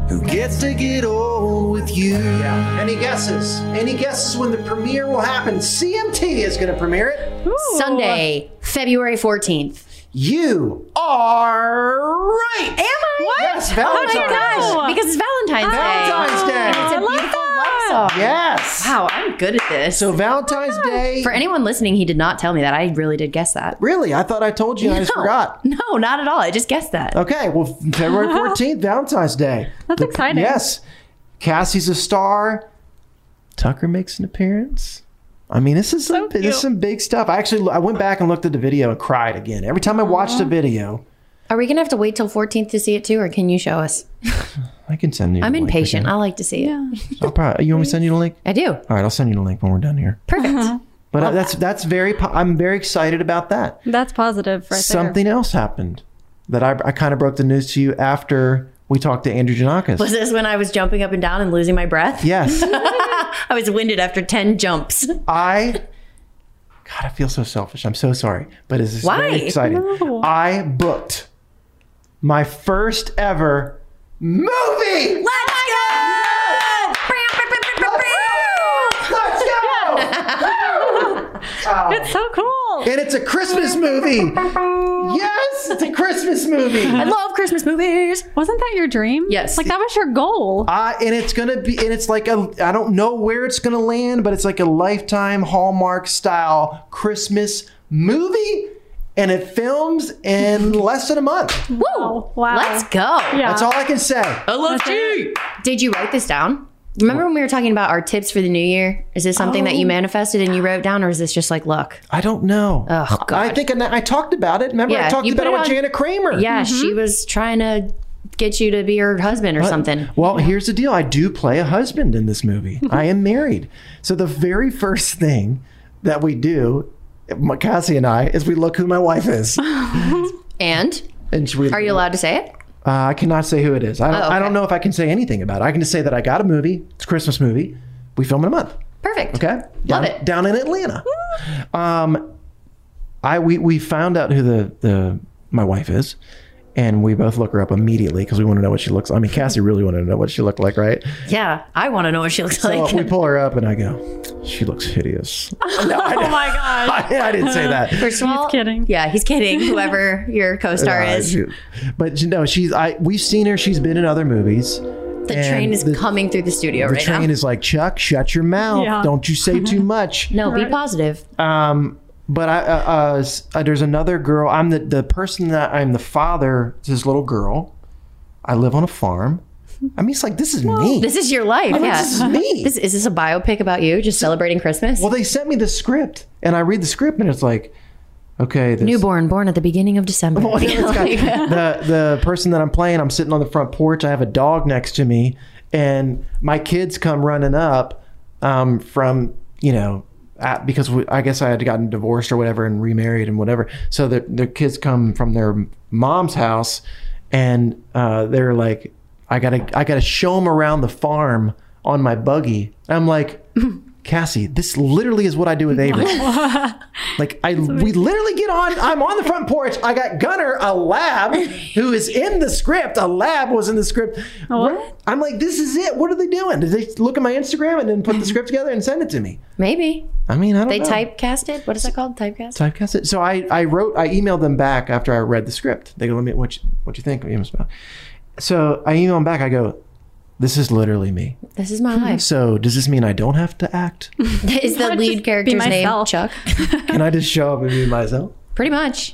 Speaker 7: who gets to get old with you.
Speaker 4: Any guesses? Any guesses when the premiere will happen? CMT is going to premiere it.
Speaker 5: Sunday, February 14th.
Speaker 4: You are right. Am I?
Speaker 5: What?
Speaker 4: Yes, Valentine's.
Speaker 5: Oh my gosh. Because it's Valentine's Day.
Speaker 4: Valentine's Day.
Speaker 5: And it's a beautiful love song.
Speaker 4: Yes.
Speaker 5: Wow, I'm good at this.
Speaker 4: So Valentine's Day.
Speaker 5: For anyone listening, he did not tell me that. I really did guess that.
Speaker 4: Really? I thought I told you. I just
Speaker 5: No.
Speaker 4: forgot.
Speaker 5: No, not at all. I just guessed that.
Speaker 4: Okay. Well, February 14th, Valentine's Day.
Speaker 6: That's exciting.
Speaker 4: Yes. Cassie's a star. Tucker makes an appearance. I mean, this is some, this is some big stuff. I actually I went back and looked at the video and cried again. Every time I watched the video,
Speaker 5: Are we gonna have to wait till 14th to see it too, or can you show us?
Speaker 4: I can send you.
Speaker 5: I'm
Speaker 4: the link
Speaker 5: impatient.
Speaker 4: again.
Speaker 5: I like to see it.
Speaker 4: I'll probably, you want me to send you the link?
Speaker 5: I do.
Speaker 4: All right, I'll send you the link when we're done here.
Speaker 6: Uh-huh.
Speaker 5: Perfect.
Speaker 4: But uh, that's that's very. po- I'm very excited about that.
Speaker 6: Oh. That's positive right
Speaker 4: something else happened that I, I kind of broke the news to you after we talked to Andrew Janakis.
Speaker 5: Was this when I was jumping up and down and losing my breath?
Speaker 4: Yes,
Speaker 5: I was winded after 10 jumps. Oh
Speaker 4: I. God, I feel so selfish. I'm so sorry, but it's just
Speaker 5: Why?
Speaker 4: very exciting.
Speaker 6: No.
Speaker 4: I booked my first ever movie.
Speaker 5: Let's go!
Speaker 4: Let's go!
Speaker 6: there. It's so cool.
Speaker 4: And it's a Christmas movie. Yes, it's a Christmas movie. I
Speaker 5: love Christmas movies.
Speaker 6: Wasn't that your dream? Yes. Like that was your goal.
Speaker 4: Uh, and it's gonna be, and it's like a, I don't know where it's gonna land, but it's like a lifetime Hallmark style Christmas movie, and it films in less than a month.
Speaker 5: Woo! Wow. Let's go.
Speaker 4: That's all I can say. I love
Speaker 5: you. Did you write this down? Remember when we were talking about our tips for the new year? Is this something that you
Speaker 4: Oh.
Speaker 5: manifested and you wrote down, or is this just like luck?
Speaker 4: I don't know.
Speaker 5: Oh God!
Speaker 4: I think I, I talked about it. Remember, I talked
Speaker 5: you
Speaker 4: about
Speaker 5: put
Speaker 4: it with
Speaker 5: on-
Speaker 4: Janet Kramer. Mm-hmm.
Speaker 5: Yeah, she was trying to get you to be her husband or
Speaker 4: But-
Speaker 5: something.
Speaker 4: Well, here's the deal. I do play a husband in this movie. I am married. So the very first thing that we do, my- Cassie and I, is we look who my wife is.
Speaker 5: And
Speaker 4: And we,
Speaker 5: are you allowed to say it?
Speaker 4: Uh, I cannot say who it is. I don't,
Speaker 5: Oh, okay.
Speaker 4: I don't know if I can say anything about it. I can just say that I got a movie. It's a Christmas movie. We film in a month.
Speaker 5: Perfect.
Speaker 4: Okay. Love it. Down in Atlanta. Um, I we we found out who the the my wife is, and we both look her up immediately because we want to know what she looks. I mean, Cassie really wanted to know what she looked like, right?
Speaker 5: Yeah, I want to know what she looks
Speaker 4: So uh,
Speaker 5: like.
Speaker 4: we pull her up, and I go, "She looks hideous."
Speaker 5: oh my god!
Speaker 4: I didn't say that.
Speaker 5: First of all, he's kidding. Yeah, he's kidding. Whoever your co-star
Speaker 4: Uh,
Speaker 5: is,
Speaker 4: she- But you know, she's I we've seen her. She's been in other movies.
Speaker 5: the train is coming through the studio
Speaker 4: The
Speaker 5: right
Speaker 4: train
Speaker 5: now.
Speaker 4: is like Chuck. Shut your mouth!
Speaker 5: Yeah.
Speaker 4: Don't you say too much.
Speaker 5: no, be positive.
Speaker 4: Um, but I, uh, uh, s- uh, there's another girl. I'm the the person that I'm the father to this little girl. I live on a farm. I mean, it's like this is me.
Speaker 5: This is your life.
Speaker 4: I mean,
Speaker 5: yeah,
Speaker 4: this is me.
Speaker 5: This, is this a biopic about you, just celebrating Christmas?
Speaker 4: Well, they sent me the script, and I read the script, and it's like, okay, this,
Speaker 5: Newborn, born at the beginning of December.
Speaker 4: it's got- the the person that I'm playing, I'm sitting on the front porch. I have a dog next to me, and my kids come running up um, from you know uh because we, I guess I had gotten divorced or whatever and remarried and whatever. So the the kids come from their mom's house, and uh, they're like, I gotta I gotta show them around the farm on my buggy. I'm like. Cassie, this literally is what I do with Avery. Like I, we literally get on. I'm on the front porch. I got Gunner, a lab, who is in the script. A lab was in the script. What? I'm like, this is it. What are they doing? Did they look at my Instagram and then put the script together and send it to me?
Speaker 5: Maybe
Speaker 4: I mean, I don't
Speaker 5: they
Speaker 4: know.
Speaker 5: typecast it. What is that called? Typecast.
Speaker 4: typecast it. So I, I wrote, I emailed them back after I read the script. They go, let me, what you, what you think? of Amos Brown?" So I email them back. I go, this is literally me.
Speaker 5: This is my
Speaker 4: Hmm.
Speaker 5: life.
Speaker 4: So does this mean I don't have to act?
Speaker 5: is the lead character's name Chuck?
Speaker 4: Can I just show up and be myself?
Speaker 5: Pretty much.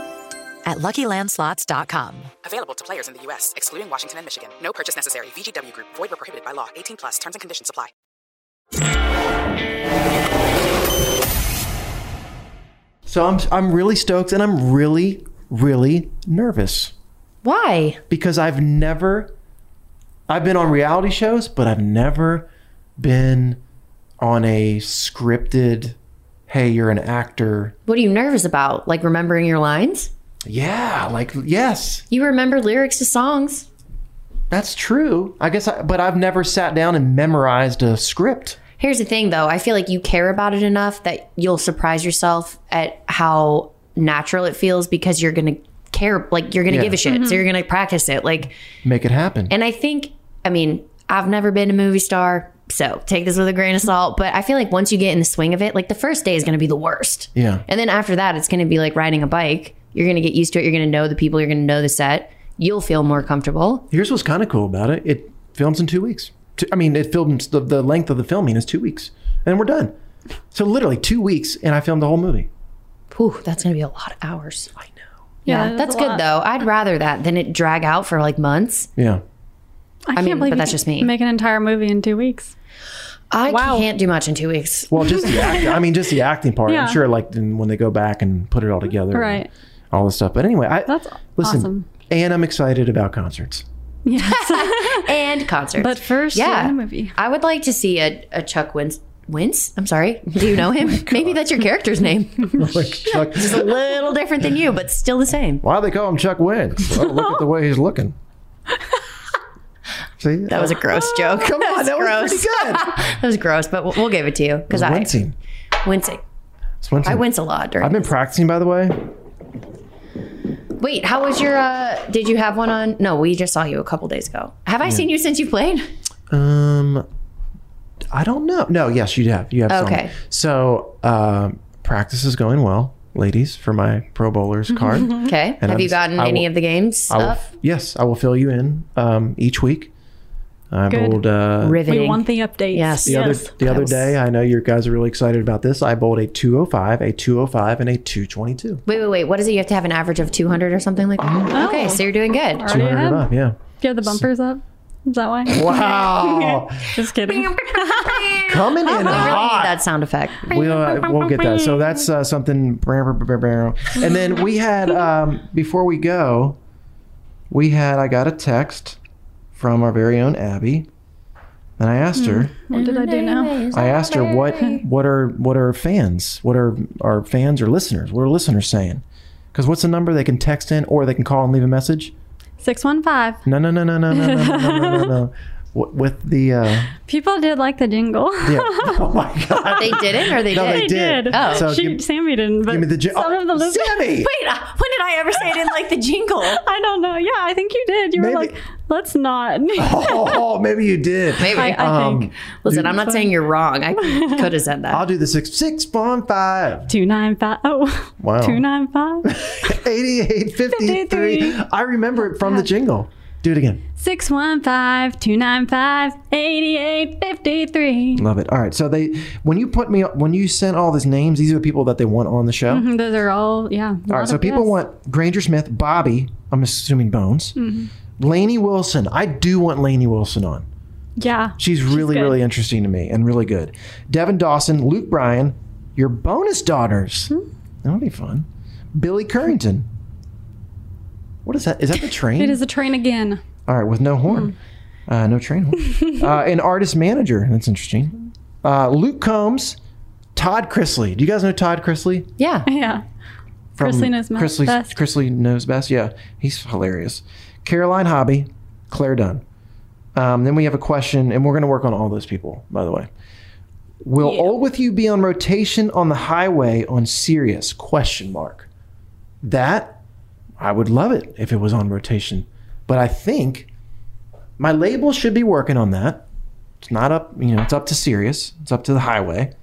Speaker 11: at luckylandslots.com.
Speaker 12: Available to players in the U.S., excluding Washington and Michigan. No purchase necessary. VGW Group. Void where prohibited by law. 18 plus. Terms and conditions apply.
Speaker 4: So I'm I'm really stoked and I'm really really nervous.
Speaker 5: Why?
Speaker 4: Because I've never I've been on reality shows, but I've never been on a scripted hey, you're an actor.
Speaker 5: What are you nervous about? Like remembering your lines?
Speaker 4: Yeah, like yes.
Speaker 5: You remember lyrics to songs.
Speaker 4: That's true. I guess I, but I've never sat down and memorized a script.
Speaker 5: Here's the thing though, I feel like you care about it enough that you'll surprise yourself at how natural it feels because you're going to care like you're going to
Speaker 4: Yeah.
Speaker 5: give a shit.
Speaker 4: Mhm.
Speaker 5: So you're going to practice it. Like
Speaker 4: Make it happen.
Speaker 5: and I think I mean, I've never been a movie star, so take this with a grain of salt, but I feel like once you get in the swing of it, like the first day is going to be the worst.
Speaker 4: Yeah.
Speaker 5: And then after that, it's going to be like riding a bike. You're going to get used to it. You're going to know the people. You're going to know the set. You'll feel more comfortable.
Speaker 4: Here's what's kind of cool about it. It films in two weeks. Two- I mean, it films the, the length of the filming is two weeks, and we're done. So literally two weeks, and I filmed the whole movie.
Speaker 5: Whew, that's going to be a lot of hours. I know.
Speaker 6: Yeah,
Speaker 5: Yeah,
Speaker 6: that is
Speaker 5: that's
Speaker 6: a
Speaker 5: good
Speaker 6: lot.
Speaker 5: though. I'd rather that than it drag out for like months.
Speaker 4: Yeah.
Speaker 6: I, can't
Speaker 5: mean,
Speaker 6: believe
Speaker 5: but
Speaker 6: you
Speaker 5: that's
Speaker 6: can
Speaker 5: just me.
Speaker 6: Make an entire movie in two weeks.
Speaker 5: I can't do much in two weeks.
Speaker 4: Well, just the act, I mean, just the acting part.
Speaker 6: Yeah.
Speaker 4: I'm sure, like then when they go back and put it all together, and
Speaker 6: Right.
Speaker 4: all this stuff. But anyway, I
Speaker 6: That's
Speaker 4: listen,
Speaker 6: awesome.
Speaker 4: and I'm excited about concerts.
Speaker 5: Yes. and concerts.
Speaker 6: But first, you're
Speaker 5: yeah,
Speaker 6: in a movie.
Speaker 5: I would like to see a, a Chuck Wince. Wince? I'm sorry. Do you know him?
Speaker 6: Oh
Speaker 5: Maybe that's your character's name.
Speaker 4: like Chuck,
Speaker 5: Just a little different than you, but still the same.
Speaker 4: why do they call him Chuck Wentz? Oh, look at the way he's looking. See,
Speaker 5: That was a gross
Speaker 6: Ah,
Speaker 5: joke.
Speaker 4: Come on, that was
Speaker 5: gross.
Speaker 4: pretty good.
Speaker 5: that was gross, but we'll, we'll give it to you because
Speaker 4: It's
Speaker 5: I
Speaker 4: wincing.
Speaker 5: wincing.
Speaker 4: It's wincing.
Speaker 5: I wince a lot during.
Speaker 4: I've been practicing, by the way.
Speaker 5: Wait, how was your? uh Did you have one on? No, we just saw you a couple days ago. Have I
Speaker 4: Yeah.
Speaker 5: seen you since you played?
Speaker 6: Mm-hmm.
Speaker 4: Um, I don't know. No, yes, you have. You have. some.
Speaker 5: Okay.
Speaker 4: So um, practice is going well, ladies, for my Pro Bowlers card.
Speaker 5: Okay.
Speaker 4: And
Speaker 5: have you
Speaker 4: I'm-
Speaker 5: gotten
Speaker 4: I
Speaker 5: any
Speaker 4: will-
Speaker 5: of the games
Speaker 4: I will,
Speaker 5: up?
Speaker 4: Yes, I will fill you in um, each week. I
Speaker 6: Good.
Speaker 4: bowled uh,
Speaker 6: We want the updates.
Speaker 4: The other the other day, I know you guys are really excited about this. I bowled a 205, a 205, and a 222.
Speaker 5: Wait, wait, wait. What is it? You have to have an average of 200 or something like that?
Speaker 6: Oh.
Speaker 5: Okay, so you're doing good.
Speaker 4: 200 and up, yeah.
Speaker 6: Get the bumpers up. Is that why?
Speaker 4: Wow.
Speaker 6: just kidding.
Speaker 4: Coming in hot.
Speaker 5: that sound effect.
Speaker 4: We'll, uh, we'll get that. So that's uh, something. And then we had, um, before we go, we had, I got a text from our very own Abby. And I asked her,
Speaker 6: What did I do now?
Speaker 4: I asked her what what are what are fans, what are our fans or listeners, what are listeners saying? Because what's the number they can text in or they can call and leave a message?
Speaker 6: 615.
Speaker 4: No, no, no, no, no, no, no, no, no, no, no. Wi- With the uh,
Speaker 6: People did like the jingle.
Speaker 4: yeah, oh my god,
Speaker 5: They didn't or they
Speaker 4: No,
Speaker 5: did?
Speaker 4: they did.
Speaker 5: Oh.
Speaker 4: So
Speaker 6: She,
Speaker 4: give-
Speaker 6: Sammy didn't, but
Speaker 4: give me the jin-
Speaker 6: some
Speaker 4: oh,
Speaker 6: of the listeners.
Speaker 4: Sammy! Wait,
Speaker 5: uh, when did I ever say I didn't like the jingle?
Speaker 6: I don't know. Yeah, I think you did. You were
Speaker 4: Maybe-
Speaker 6: like, let's not.
Speaker 4: oh, maybe you did. Um,
Speaker 5: Maybe. I- I think. Listen, I'm not saying you're wrong. I could have said that.
Speaker 4: I'll do the six six one five.
Speaker 6: 295. Oh,
Speaker 4: Wow.
Speaker 6: 295.
Speaker 4: 8853. I remember it from the jingle. Do it again.
Speaker 6: 615 295 8853.
Speaker 4: Love it. All right. So they when you put me when you sent all these names, these are the people that they want on the show.
Speaker 6: Mhm, Those are all, yeah.
Speaker 4: All right. So people want Granger Smith, Bobby, I'm assuming Bones,
Speaker 6: Mhm.
Speaker 4: Lainey Wilson. I do want Lainey Wilson on.
Speaker 6: Yeah.
Speaker 4: She's really, really interesting to me and really good. Devin Dawson, Luke Bryan, your bonus daughters.
Speaker 6: Hmm?
Speaker 4: That'll be fun. Billy Currington. What is that? Is that the train?
Speaker 6: It is a train again. Hmm.
Speaker 4: All right, with no horn. Uh, no train horn. uh, an artist manager. That's interesting. Uh, Luke Combs, Todd Chrisley. Do you guys know Todd Chrisley?
Speaker 5: Yeah.
Speaker 6: Yeah. Chrisley knows ma-
Speaker 4: Chrisley's-
Speaker 6: best.
Speaker 4: Chrisley knows best. Yeah, he's hilarious. Caroline Hobby, Claire Dunn. Um, then we have a question, and we're going to work on all those people, by the way. Will Old With You be on rotation on the highway on Sirius? Question mark. That I would love it if it was on rotation, but I think my label should be working on that. It's not up, you know, it's up to Sirius. It's up to the highway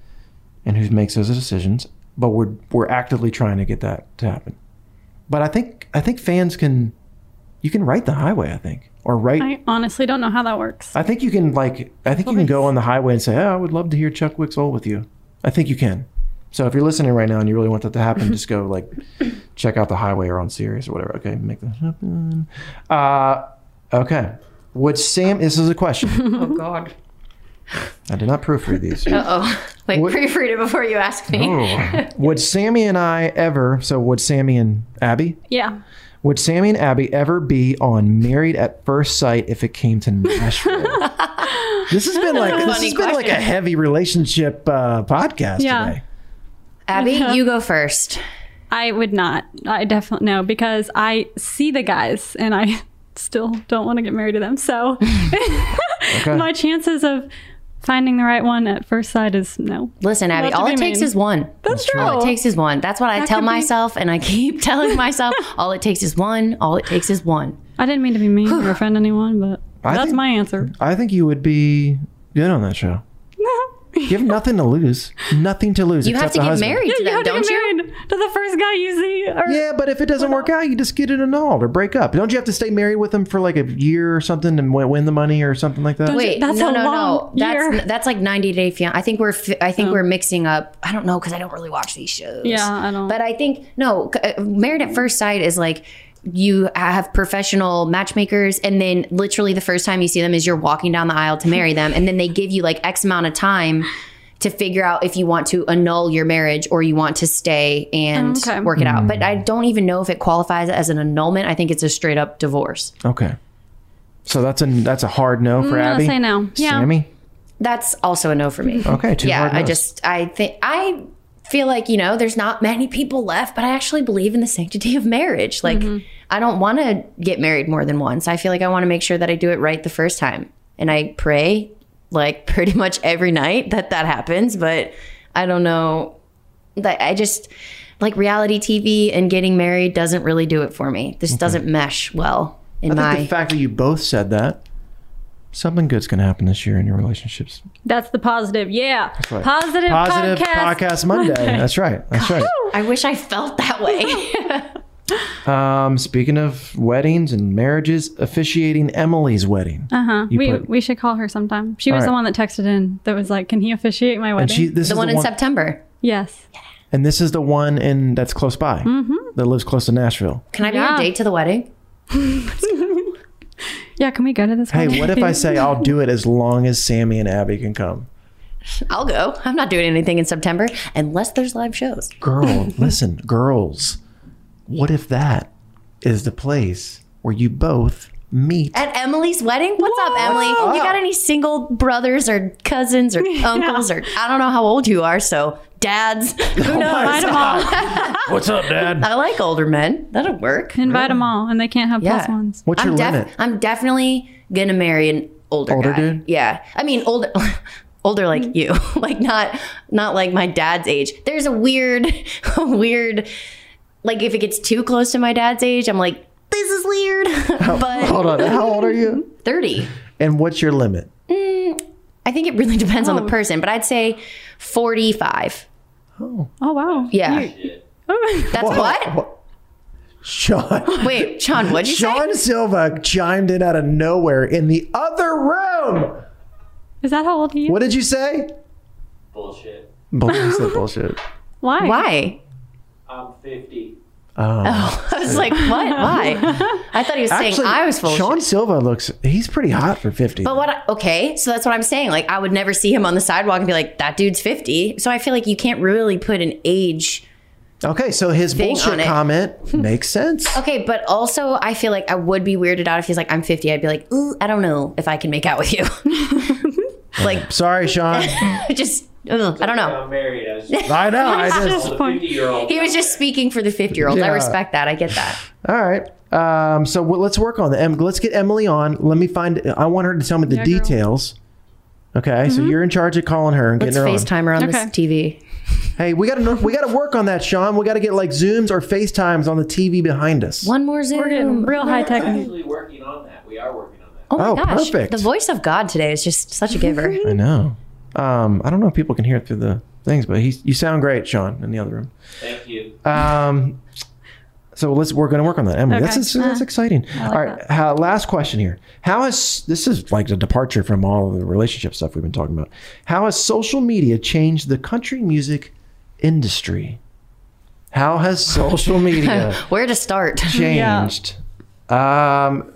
Speaker 4: and who makes those decisions. but we're we're actively trying to get that to happen. But I think I think fans can you can write the highway. I think or write. I,
Speaker 6: I honestly don't know how that works.
Speaker 4: think you can like I think you can go on the highway and say, "Oh, I would love to hear Chuck Wick's old with you." I think you can. So if you're listening right now and you really want that to happen, just go like check out the highway or on Sirius or whatever. Okay, make that happen. Uh, okay. Would Sam? This is a question.
Speaker 5: oh God.
Speaker 4: I did not proofread these.
Speaker 5: Uh oh. Like proofread it before you ask me.
Speaker 4: Oh. Would Sammy and I ever? So would Sammy and Abby?
Speaker 6: Yeah.
Speaker 4: Would Sammy and Abby ever be on Married at First Sight if it came to Nashville? this has been like
Speaker 5: That's a
Speaker 4: this
Speaker 5: funny
Speaker 4: has been like a
Speaker 5: question.
Speaker 4: heavy relationship uh, podcast
Speaker 6: Yeah.
Speaker 4: today.
Speaker 5: Abby, you go first.
Speaker 6: I would not. I definitely no because I see the guys and I still don't want to get married to them. So
Speaker 4: Okay.
Speaker 6: my chances of finding the right one at first sight is no.
Speaker 5: Listen,
Speaker 6: Not
Speaker 5: Abby,
Speaker 6: to
Speaker 5: all
Speaker 6: be
Speaker 5: it takes
Speaker 6: mean.
Speaker 5: is one.
Speaker 6: That's true.
Speaker 5: All it takes is one. That's what I
Speaker 6: That
Speaker 5: tell
Speaker 6: could be-
Speaker 5: myself, and I keep telling myself, all it takes is one. All it takes is one.
Speaker 6: I didn't mean to be mean or offend anyone, but
Speaker 4: I
Speaker 6: that's
Speaker 4: think-
Speaker 6: my answer.
Speaker 4: I think you would be good on that show. you have nothing to lose. Nothing to lose. except the husband.
Speaker 6: yeah, you have to get married to the first guy you see. Or,
Speaker 4: yeah, but if it doesn't work out, you just get it annulled or break up. Don't you have to stay married with them for like a year or something and win win the money or something like that?
Speaker 5: Wait, no, no, no. That's that's like 90 Day Fiance. I think we're fi- I think we're mixing up. I don't know because I don't really watch these shows.
Speaker 6: Oh. Yeah, I don't.
Speaker 5: But I think no, c- uh, Married at First Sight is like you have professional matchmakers and then literally the first time you see them is you're walking down the aisle to marry them and then they give you like x amount of time to figure out if you want to annul your marriage or you want to stay and
Speaker 6: Oh, okay.
Speaker 5: work it out but i don't even know if it qualifies as an annulment i think it's a straight up divorce
Speaker 4: Okay. So that's a that's a hard no for
Speaker 5: Mm, I'll
Speaker 4: Abby.
Speaker 5: say no. Yeah.
Speaker 4: Sammy.
Speaker 5: That's also a no for me.
Speaker 4: Okay, two
Speaker 5: yeah,
Speaker 4: hard
Speaker 5: I
Speaker 4: no's.
Speaker 5: just I think I feel like you know there's not many people left, but I actually believe in the sanctity of marriage. Like I don't want to get married more than once. I feel like I want to make sure that I do it right the first time, and I pray like pretty much every night that that happens. But I don't know. Like I just like reality TV and getting married doesn't really do it for me. This doesn't mesh well in
Speaker 4: I
Speaker 5: my.
Speaker 4: think the fact that you both said that, something good's gonna happen this year in your relationships.
Speaker 6: That's the positive. Yeah.
Speaker 4: That's right.
Speaker 6: Positive,
Speaker 4: Positive
Speaker 6: podcast.
Speaker 4: Monday. That's right. That's right.
Speaker 5: I wish I felt that way.
Speaker 4: Um, speaking of weddings and marriages, officiating Emily's wedding.
Speaker 6: Uh huh.
Speaker 4: You
Speaker 6: We
Speaker 4: put-
Speaker 6: we should call her sometime. She was
Speaker 4: All right.
Speaker 6: the one that texted in that was like, "Can he officiate my wedding?"
Speaker 4: she- this The is the one in one-
Speaker 5: September.
Speaker 6: Yes.
Speaker 4: And this is the one in that's close by.
Speaker 6: Mhm.
Speaker 4: That lives close to Nashville.
Speaker 5: Can I be
Speaker 6: Yeah.
Speaker 5: on a date to the wedding?
Speaker 6: yeah. Can we go to this?
Speaker 4: Hey,
Speaker 6: one?
Speaker 4: what if I say I'll do it as long as Sammy and Abby can come?
Speaker 5: I'll go. I'm not doing anything in September unless there's live shows.
Speaker 4: Girl, listen, girls. What if that is the place where you both meet?
Speaker 5: At Emily's wedding? What's up, Emily? You got any single brothers or cousins or uncles or I don't know how old you are, so dads. Who knows?
Speaker 6: Invite them all.
Speaker 4: Oh What's up, Dad?
Speaker 5: I like older men. That'll work.
Speaker 6: Invite them all, and they can't have plus ones.
Speaker 4: What's
Speaker 5: I'm
Speaker 4: your
Speaker 5: def-
Speaker 4: limit?
Speaker 5: I'm definitely gonna marry an older
Speaker 4: Older
Speaker 5: guy.
Speaker 4: dude?
Speaker 5: Yeah, I mean older, older
Speaker 6: Mm.
Speaker 5: like you, like not not like my dad's age. There's a weird, a weird, like if it gets too close to my dad's age, I'm like this is weird. but
Speaker 4: Hold on. How old are you?
Speaker 5: Thirty.
Speaker 4: And what's your limit?
Speaker 5: Mm, I think it really depends on
Speaker 6: Oh.
Speaker 5: the person, but I'd say forty-five.
Speaker 4: Oh.
Speaker 6: Oh wow.
Speaker 5: Yeah. That's
Speaker 4: Whoa.
Speaker 5: what?
Speaker 4: Sean.
Speaker 5: Wait, Sean, what'd you say?
Speaker 4: Sean Silva chimed in out of nowhere in the other room.
Speaker 6: Is that how old he is?
Speaker 4: What did you say?
Speaker 13: Bullshit.
Speaker 4: Bullshit. said bullshit.
Speaker 6: Why?
Speaker 5: Why?
Speaker 13: I'm 50.
Speaker 4: Oh.
Speaker 5: I was like, what? Why? I thought he was saying I was full. of
Speaker 4: Sean Silva looks, he's pretty hot for 50.
Speaker 5: But what? I, okay, so that's what I'm saying. Like, I would never see him on the sidewalk and be like, "That dude's 50." So I feel like you can't really put an age.
Speaker 4: okay, so his
Speaker 5: Thing on
Speaker 4: bullshit
Speaker 5: it.
Speaker 4: comment makes sense.
Speaker 5: Okay, but also I feel like I would be weirded out if he's like, "I'm 50." I'd be like, "Ooh, I don't know if I can make out with you." like,
Speaker 4: sorry, Sean.
Speaker 5: just ugh, I don't know.
Speaker 13: I'm married. I was
Speaker 4: I know, I just-
Speaker 13: All the 50 year old.
Speaker 5: He was just speaking for the 50 year olds. I
Speaker 4: Yeah.
Speaker 5: respect that. I get that.
Speaker 4: All right. Um, so w- let's work on the Em- let's get Emily on. Let me find. I want her to tell me the
Speaker 5: Yeah, girl. Mm-hmm.
Speaker 4: details. Okay, so you're in charge of calling her and
Speaker 5: Let's
Speaker 4: getting her
Speaker 5: FaceTime her on this Okay. TV.
Speaker 4: Hey, we gotta we gotta work on that, Sean. We gotta get like zooms or FaceTimes on the TV behind us.
Speaker 5: One more Zoom.
Speaker 6: We're getting real high tech.
Speaker 13: actually working on that. We are working on
Speaker 5: Oh my
Speaker 4: Oh,
Speaker 5: gosh,
Speaker 4: perfect.
Speaker 13: Mm-hmm.
Speaker 5: the voice of God today is just such a giver.
Speaker 4: I know. Um, I don't know if people can hear it through the things, but he's, you sound great, Sean, in the other room.
Speaker 13: Thank you.
Speaker 4: Um, so let's we're going to work on that, Emily.
Speaker 13: Okay.
Speaker 4: That's that's
Speaker 13: Uh,
Speaker 4: exciting.
Speaker 13: I like
Speaker 4: all right, how, last question here. How is this is like a departure from all of the relationship stuff we've been talking about? How has social media changed the country music industry? How has social media
Speaker 5: Where to start?
Speaker 4: changed? Um,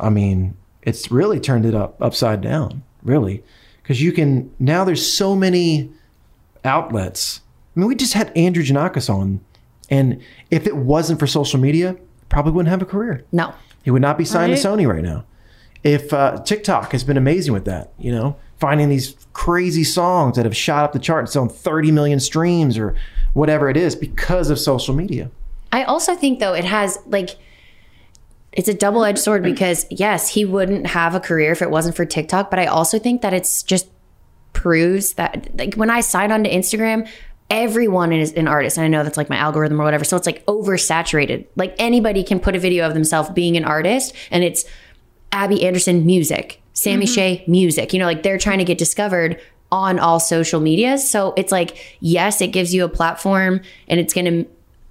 Speaker 4: I mean, it's really turned it up upside down, really, because you can now. There's so many outlets. I mean, we just had Andrew Janakis on, and if it wasn't for social media, probably wouldn't have a career.
Speaker 5: No,
Speaker 4: he would not be signed to
Speaker 5: Right.
Speaker 4: Sony right now. If uh, TikTok has been amazing with that, you know, finding these crazy songs that have shot up the chart and selling 30 million streams or whatever it is because of social media.
Speaker 5: I also think though it has like it's a double-edged sword because yes, he wouldn't have a career if it wasn't for TikTok, but I also think that it's just proves that like when I sign on to Instagram, everyone is an artist. And I know that's like my algorithm or whatever. So it's like oversaturated. Like anybody can put a video of themselves being an artist and it's Abby Anderson music, Sammy
Speaker 14: Mhm.
Speaker 5: Shea music. You know, like they're trying to get discovered on all social medias. So it's like, yes, it gives you a platform and it's going to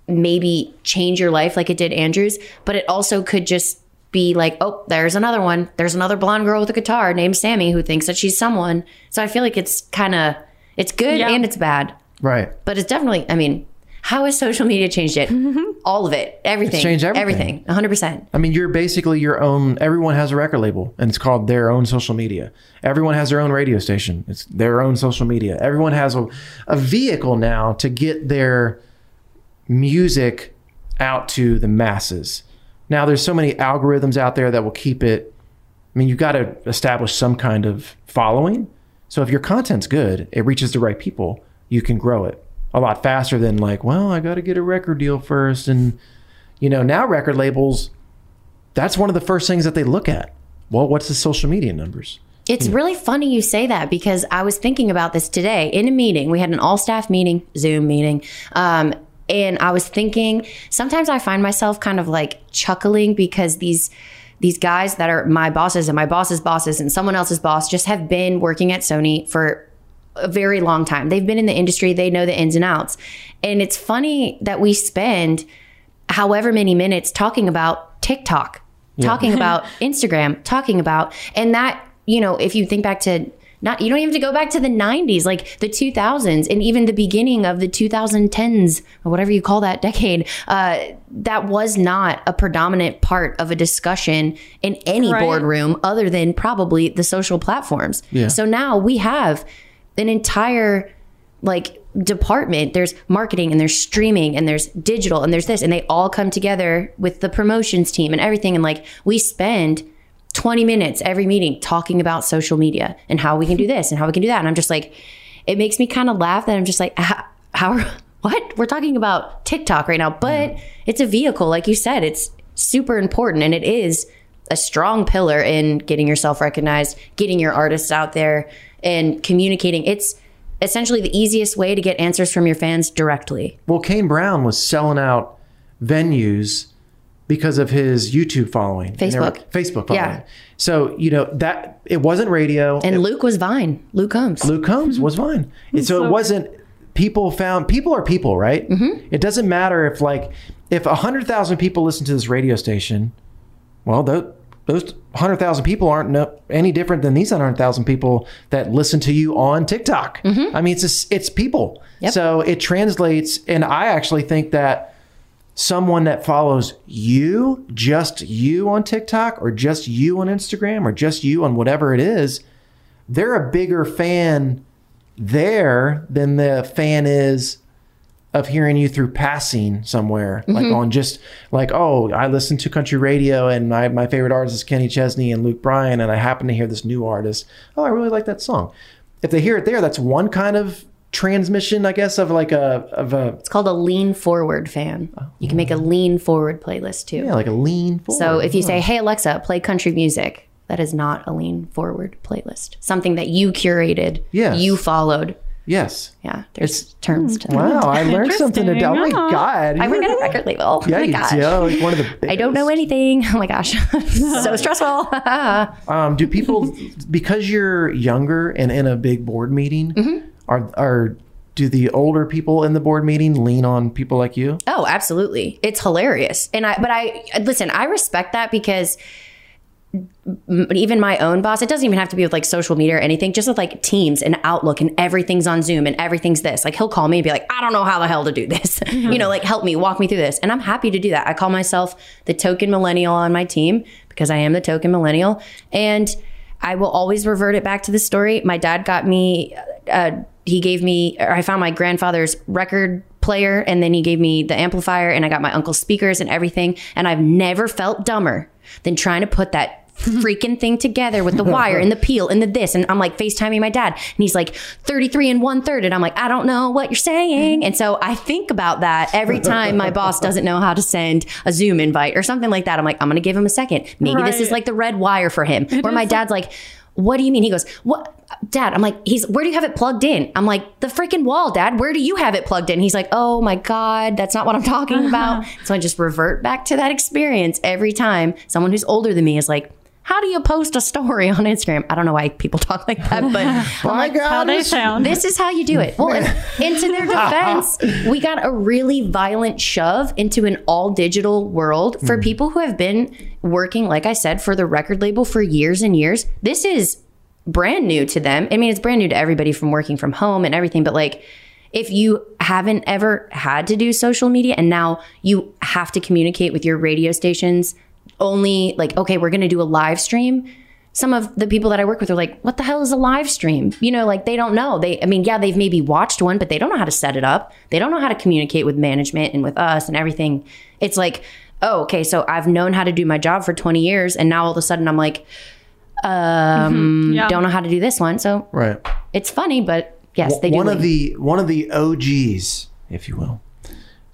Speaker 5: maybe change your life like it did Andrew's, but it also could just be like, oh, there's another one. There's another blonde girl with a guitar named Sammy who thinks that she's someone. So I feel like it's kind of it's good and it's bad,
Speaker 4: Right.
Speaker 5: but it's definitely. I mean, how has social media changed it? All of it, everything,
Speaker 4: changed everything.
Speaker 5: everything, one hundred percent.
Speaker 4: I mean, you're basically your own. Everyone has a record label, and it's called their own social media. Everyone has their own radio station. It's their own social media. Everyone has a, a vehicle now to get their music out to the masses. Now, there's so many algorithms out there that will keep it. I mean, you've got to establish some kind of following. So if your content's good, it reaches the right people, you can grow it a lot faster than like, well, I got to get a record deal first. And, you know, now record labels, that's one of the first things that they look at. Well, what's the social media numbers?
Speaker 5: It's really funny you say that because I was thinking about this today in a meeting. We had an all staff meeting, Zoom meeting. Um, and I was thinking, sometimes I find myself kind of like chuckling because these these guys that are my bosses and my boss's bosses and someone else's boss just have been working at Sony for a very long time. They've been in the industry, they know the ins and outs. And it's funny that we spend however many minutes talking about TikTok,
Speaker 14: Yeah.
Speaker 5: talking about Instagram, talking about, and that, you know, if you think back to, not you don't even have to go back to the 90s like the 2000s and even the beginning of the 2010s or whatever you call that decade uh, that was not a predominant part of a discussion in any
Speaker 14: Right.
Speaker 5: boardroom other than probably the social platforms
Speaker 14: Yeah.
Speaker 5: so now we have an entire like department there's marketing and there's streaming and there's digital and there's this and they all come together with the promotions team and everything and like we spend 20 minutes every meeting talking about social media and how we can do this and how we can do that and i'm just like it makes me kind of laugh that i'm just like "Ah, how, what we're talking about tiktok right now but it's a vehicle like you said it's super important and it is a strong pillar in getting yourself recognized getting your artists out there and communicating it's essentially the easiest way to get answers from your fans directly.
Speaker 4: Well, Kane Brown was selling out venues because of his YouTube following, and every-
Speaker 5: Facebook.
Speaker 4: Facebook following.
Speaker 5: Yeah.
Speaker 4: So you know that it wasn't radio,
Speaker 5: And Luke was Vine. Luke Combs.
Speaker 4: Luke Combs was Vine. And so, it wasn't. People found people are people, right? It doesn't matter if like if hundred thousand people listen to this radio station. Well, those those hundred thousand people aren't no, any different than these hundred thousand people that listen to you on TikTok. I mean, it's just, it's people. So it translates, and I actually think that someone that follows you, just you on TikTok or just you on Instagram or just you on whatever it is, they're a bigger fan there than the fan is of hearing you through passing somewhere like
Speaker 5: Mm-hmm.
Speaker 15: Mhm.
Speaker 4: on just like oh i listen to country radio and my, my favorite artist is kenny chesney and luke bryan and i happen to hear this new artist oh i really like that song if they hear it there that's one kind of transmission i guess of like a of a
Speaker 5: It's called a lean forward fan. You can make a lean forward playlist too.
Speaker 4: yeah like a lean forward
Speaker 5: So if you say,
Speaker 4: yeah.
Speaker 5: "Hey Alexa, play country music," that is not a lean forward playlist. Something that you curated,
Speaker 4: Yes.
Speaker 5: you followed.
Speaker 4: Yes.
Speaker 5: Yeah, there's terms to that.
Speaker 4: Wow, I learned something today. Oh my
Speaker 5: Interesting.
Speaker 4: god!
Speaker 5: I
Speaker 4: you
Speaker 5: work
Speaker 4: were-
Speaker 5: at a record label.
Speaker 4: Yeah,
Speaker 5: oh my
Speaker 4: you
Speaker 5: gosh.
Speaker 4: do. Like one of the
Speaker 5: I don't know anything. Oh my gosh, so stressful.
Speaker 4: Um, do people because you're younger and in a big board meeting, are are do the older people in the board meeting lean on people like you?
Speaker 5: Oh, absolutely. It's hilarious. And I, but I, listen, I respect that because m- even my own boss, it doesn't even have to be with like social media or anything, just with like Teams and Outlook and everything's on Zoom and everything's this. Like he'll call me and be like, I don't know how the hell to do this. you know, like help me, walk me through this. And I'm happy to do that. I call myself the token millennial on my team because I am the token millennial. And I will always revert it back to this story. My dad got me, uh, he gave me, or I found my grandfather's record player, and then he gave me the amplifier, and I got my uncle's speakers and everything. And I've never felt dumber than trying to put that freaking thing together with the wire and the peel and the this. And I'm like FaceTiming my dad, and he's like 33 and one third. And I'm like, I don't know what you're saying. And so I think about that every time my boss doesn't know how to send a Zoom invite or something like that. I'm like, I'm going to give him a second. Maybe this is
Speaker 14: Right.
Speaker 5: like the red wire for him. Where my dad's like, what do you mean? He goes, what, dad? I'm like, he's, where do you have it plugged in? I'm like, the freaking wall, dad. Where do you have it plugged in? He's like, oh my God, that's not what I'm talking about. so I just revert back to that experience every time someone who's older than me is like, how do you post a story on Instagram? I don't know why people talk like that, but I'm like,
Speaker 6: how they sound.
Speaker 5: This is how you do it. Well, and, and to their defense, we got a really violent shove into an all digital world for people who have been working, like I said, for the record label for years and years. This is brand new to them. I mean, it's brand new to everybody from working from home and everything, but like, if you haven't ever had to do social media and now you have to communicate with your radio stations only like okay we're going to do a live stream some of the people that i work with are like what the hell is a live stream you know like they don't know they i mean yeah they've maybe watched one but they don't know how to set it up they don't know how to communicate with management and with us and everything it's like oh okay so i've known how to do my job for 20 years and now all of a sudden i'm like um
Speaker 4: Mhm, yeah.
Speaker 5: don't know how to do this one so
Speaker 4: Right.
Speaker 5: it's funny but yes
Speaker 4: One-
Speaker 5: they do
Speaker 4: one
Speaker 5: lean.
Speaker 4: of the one of the OGs, if you will,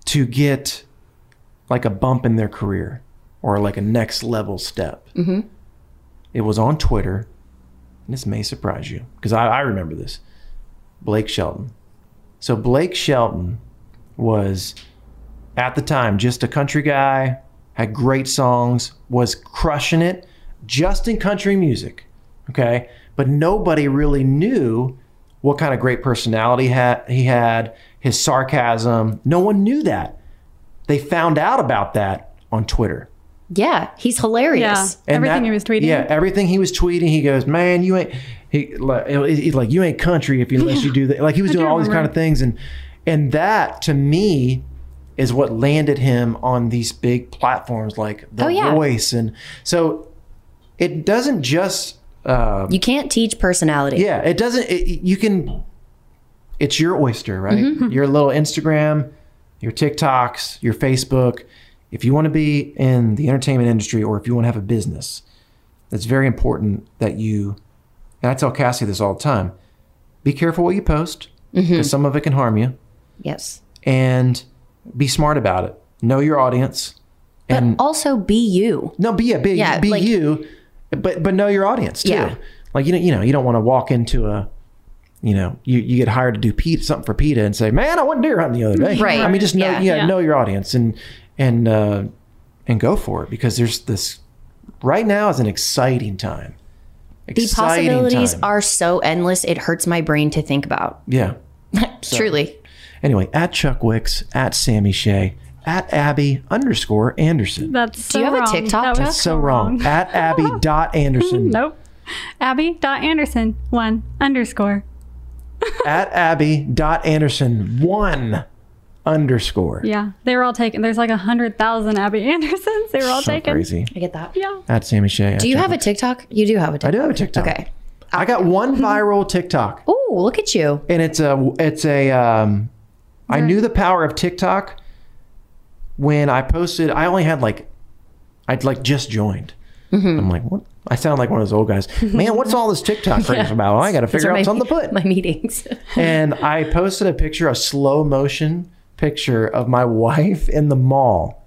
Speaker 4: to get like a bump in their career or like a next level step.
Speaker 5: Mhm.
Speaker 4: It was on Twitter, and this may surprise you because I, I remember this. Blake Shelton. So Blake Shelton was at the time just a country guy, had great songs, was crushing it just in country music. Okay. But nobody really knew what kind of great personality ha- he had, his sarcasm. No one knew that. They found out about that on Twitter.
Speaker 5: Yeah, he's hilarious.
Speaker 4: And that- Yeah, everything he was tweeting. He goes, "Man, you ain't he like, he's like you ain't country if you unless you do that." Like he was
Speaker 15: I
Speaker 4: doing
Speaker 15: do
Speaker 4: all these kind
Speaker 15: remember.
Speaker 4: of things, and and that to me is what landed him on these big platforms like The
Speaker 5: Oh, yeah.
Speaker 4: Voice, and so it doesn't just um,
Speaker 5: you can't teach personality.
Speaker 4: Yeah, it doesn't. It, you can. It's your oyster, right? Your little Instagram, your TikToks, your Facebook. If you want to be in the entertainment industry or if you want to have a business, it's very important that you, and I tell Cassie this all the time be careful what you post because some of it can harm you
Speaker 5: yes
Speaker 4: and be smart about it. Know your audience. And
Speaker 5: also be you.
Speaker 4: No, be yeah, be, be you, but but know your audience too.
Speaker 5: Yeah.
Speaker 4: Like you know, you know, you don't want to walk into a you know, you, you get hired to do PETA, something for PETA and say, Man, I went deer hunting the other day.
Speaker 5: Right.
Speaker 4: I mean just know
Speaker 5: Yeah.
Speaker 4: you know,
Speaker 5: Yeah.
Speaker 4: know your audience and and uh and go for it because there's this right now is an exciting time.
Speaker 5: The
Speaker 4: Exciting
Speaker 5: possibilities
Speaker 4: time.
Speaker 5: are so endless, it hurts my brain to think about.
Speaker 4: Yeah. So-
Speaker 5: Truly.
Speaker 4: Anyway, at Chuck Wicks, at Sammy Shea, at Abby underscore Anderson.
Speaker 6: That's
Speaker 5: Do you
Speaker 6: so
Speaker 5: have a
Speaker 6: wrong.
Speaker 5: TikTok?
Speaker 6: That was
Speaker 4: That's so wrong. At Abby dot Anderson.
Speaker 6: Nope. Abby dot Anderson one underscore.
Speaker 4: at Abby dot Anderson one underscore.
Speaker 6: Yeah, they were all taken. There's like a hundred thousand Abby Andersons. They were all
Speaker 4: So
Speaker 6: taken.
Speaker 4: crazy.
Speaker 5: I get that.
Speaker 6: Yeah.
Speaker 4: At Sammy Shea.
Speaker 5: Do you have Uh, a TikTok? You do have a TikTok.
Speaker 4: I do have a TikTok. Okay. I got one viral TikTok.
Speaker 5: Oh, look at you.
Speaker 4: And it's a it's a um I knew the power of TikTok when I posted I only had like I'd like just joined.
Speaker 5: Mm-hmm.
Speaker 4: I'm like, what? I sound like one of those old guys. Man, what's all this TikTok craze
Speaker 5: Yeah.
Speaker 4: about? I got to
Speaker 5: Those
Speaker 4: figure
Speaker 5: are my-
Speaker 4: out something to put.
Speaker 5: My meetings.
Speaker 4: and I posted a picture, a slow motion picture of my wife in the mall.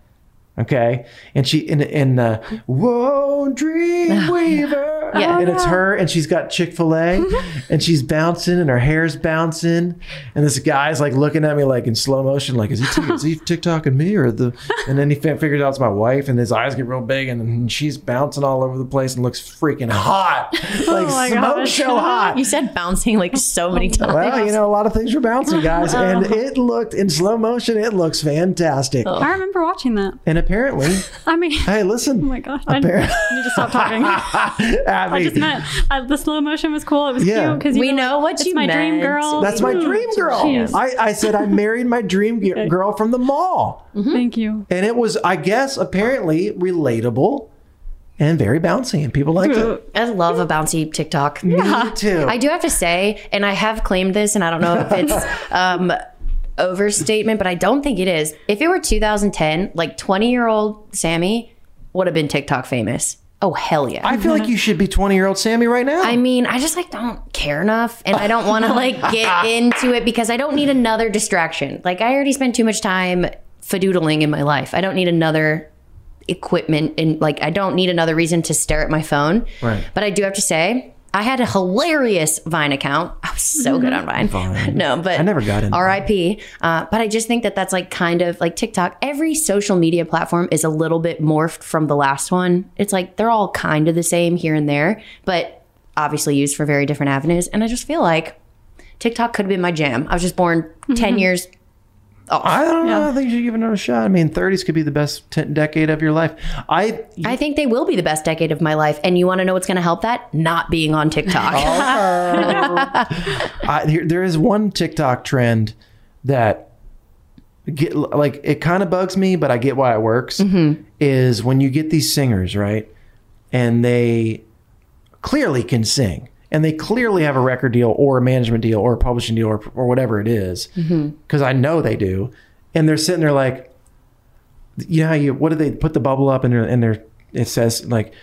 Speaker 4: Okay, and she in in uh, whoa dreamweaver,
Speaker 5: Yeah.
Speaker 4: And it's her, and she's got Chick fil A, and she's bouncing, and her hair's bouncing. And this guy's like looking at me like in slow motion, like, is he, is he TikToking me? or the? And then he fi- figures out it's my wife, and his eyes get real big, and then she's bouncing all over the place and looks freaking hot. Like, smoke show hot.
Speaker 5: You said bouncing like so many times.
Speaker 4: Well, you know, a lot of things were bouncing, guys. And
Speaker 6: Oh.
Speaker 4: it looked in slow motion, it looks fantastic.
Speaker 6: I remember watching that.
Speaker 4: And apparently,
Speaker 6: I mean,
Speaker 4: hey, listen.
Speaker 6: Oh my gosh, I need to stop talking. I just meant I, the slow motion was cool. It was
Speaker 4: Yeah.
Speaker 6: cute because
Speaker 5: We know what
Speaker 6: it's
Speaker 5: you
Speaker 6: my dream
Speaker 5: meant.
Speaker 6: girl.
Speaker 4: That's my dream girl.
Speaker 6: Jeez.
Speaker 4: I, I said I married my dream ge- girl from the mall.
Speaker 6: Mm-hmm. Thank you.
Speaker 4: And it was, I guess, apparently relatable and very bouncy. And people liked it.
Speaker 5: I love a bouncy TikTok.
Speaker 4: Me too.
Speaker 5: I do have to say, and I have claimed this, and I don't know if it's um, overstatement, but I don't think it is. If it were 2010, like 20 year old Sammy would have been TikTok famous. Oh hell yeah!
Speaker 4: I feel like you should be 20 year old Sammy right now.
Speaker 5: I mean, I just like don't care enough, and I don't want to like get into it because I don't need another distraction. Like I already spent too much time fadoodling in my life. I don't need another equipment, and like I don't need another reason to stare at my phone.
Speaker 4: Right.
Speaker 5: But I do have to say, I had a hilarious Vine account. I was so good on Vine. no, but
Speaker 4: I never got in.
Speaker 5: RIP. Uh, but I just think that that's like kind of like TikTok. Every social media platform is a little bit morphed from the last one. It's like they're all kind of the same here and there, but obviously used for very different avenues. And I just feel like TikTok could have been my jam. I was just born
Speaker 4: Mm-hmm.
Speaker 5: 10 years off.
Speaker 4: I don't know. I think you should give it another shot. I mean, 30s could be the best 10 decade of your life. I
Speaker 5: I think they will be the best decade of my life. And you want to know what's going to help that? Not being on TikTok.
Speaker 4: I, here, there is one TikTok trend that get like it kind of bugs me, but I get why it works.
Speaker 6: Mm-hmm.
Speaker 4: Is when you get these singers right, and they clearly can sing, and they clearly have a record deal or a management deal or a publishing deal or or whatever it is,
Speaker 6: Mm-hmm.
Speaker 4: because I know they do, and they're sitting there like, you know how you what do they put the bubble up and they're and they're it says like,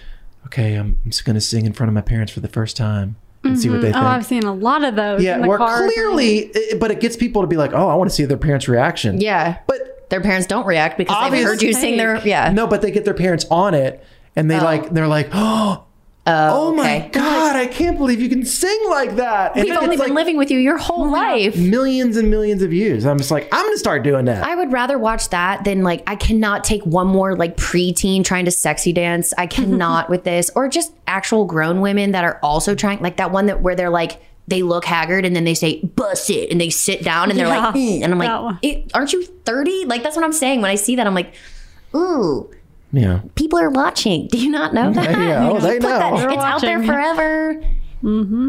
Speaker 4: okay, I'm, I'm just gonna sing in front of my parents for the first time and see what
Speaker 6: Mhm.
Speaker 4: they think.
Speaker 6: Oh, I've seen a lot of those. in
Speaker 4: Yeah,
Speaker 6: the
Speaker 4: we're
Speaker 6: cars.
Speaker 4: clearly, it- but it gets people to be like, oh, I want to see their parents' reaction.
Speaker 5: Yeah.
Speaker 4: But
Speaker 5: their parents don't react because
Speaker 4: Obvious-
Speaker 5: they've heard you sing their yeah.
Speaker 4: No, but they get their parents on it, and they like, they're like, oh, oh my god, I can't believe you can sing like that. And
Speaker 5: We've only
Speaker 4: it's
Speaker 5: been
Speaker 4: like Oh
Speaker 5: living with you your whole life.
Speaker 4: millions and millions of views. I'm just like, I'm gonna start doing that.
Speaker 5: I would rather watch that than like I cannot take one more like preteen trying to sexy dance. I cannot with this or just actual grown women that are also trying like that one that where they're like they look haggard and then they say bust it and they sit down and they're like
Speaker 6: Yeah,
Speaker 5: "Mm," and I'm
Speaker 6: that one.
Speaker 5: like "Eh, aren't you 30? Like that's what I'm saying when I see that I'm like ooh
Speaker 4: yeah.
Speaker 5: people are watching. Do you not know that?
Speaker 4: Yeah, oh,
Speaker 5: You
Speaker 4: they
Speaker 5: put that-
Speaker 4: know.
Speaker 5: it's
Speaker 4: They're Mm-hmm.
Speaker 5: out there
Speaker 6: watching.
Speaker 5: forever.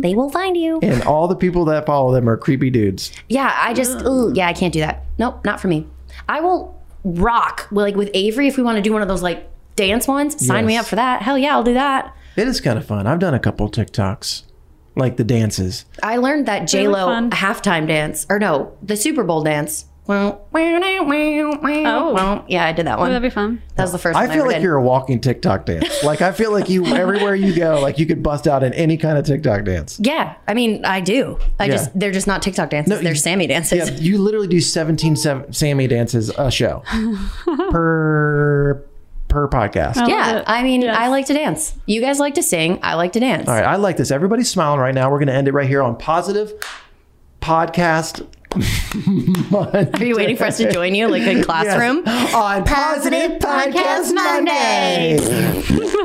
Speaker 5: They will find you.
Speaker 4: And all the people that follow them are creepy dudes.
Speaker 5: Yeah, I just ooh, yeah, I can't do that. Nope, not for me. I will rock well, like with Avery if we want to do one of those like dance ones. Sign me
Speaker 4: Yes.
Speaker 5: up for that. Hell yeah, I'll do that.
Speaker 4: It is kind of fun. I've done a couple TikToks, like the dances.
Speaker 5: I learned that J Lo halftime dance or no, the Super Bowl dance. Well, oh. yeah, I did that one.
Speaker 6: that'd be fun.
Speaker 5: That was the first.
Speaker 4: I
Speaker 5: one I
Speaker 4: feel
Speaker 5: ever
Speaker 4: like
Speaker 5: did.
Speaker 4: you're a walking TikTok dance. Like I feel like you everywhere you go, like you could bust out in any kind of TikTok dance.
Speaker 5: Yeah, I mean, I do. I
Speaker 4: Yeah.
Speaker 5: just they're just not TikTok dances. they're Sammy dances.
Speaker 4: Yeah, you literally do 17 sev- Sammy dances a show per per podcast.
Speaker 5: Yeah, I mean, I like to dance. You guys like to sing. I like to dance.
Speaker 4: All right, I like this. Everybody's smiling right now. We're going to end it right here on positive podcast. Are
Speaker 5: you waiting for us to join you, like a classroom?
Speaker 4: on Positive Podcast Monday.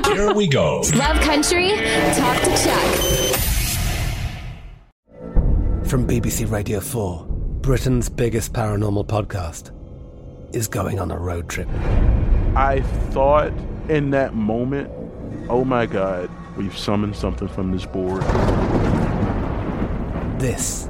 Speaker 14: Here we go.
Speaker 3: Love Country, talk to Chuck.
Speaker 15: From BBC Radio 4, Britain's biggest paranormal podcast is going on a road trip.
Speaker 16: I thought in that moment, oh my God, we've summoned something from this board.
Speaker 15: This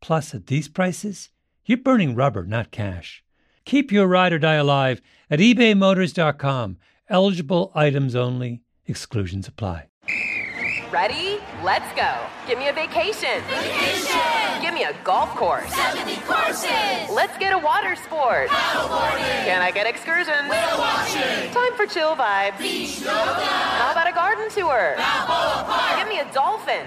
Speaker 17: Plus, at these prices, you're burning rubber, not cash. Keep your ride or die alive at ebaymotors.com. Eligible items only, exclusions apply.
Speaker 18: Ready? Let's go. Give me a vacation. Vacation. Give me a golf course. 70 courses. Let's get a water sport. Paddleboarding. Can I get excursions? Whale watching. Time for chill vibes. Beach yoga. How about a garden tour? Balboa Park. Give me a dolphin.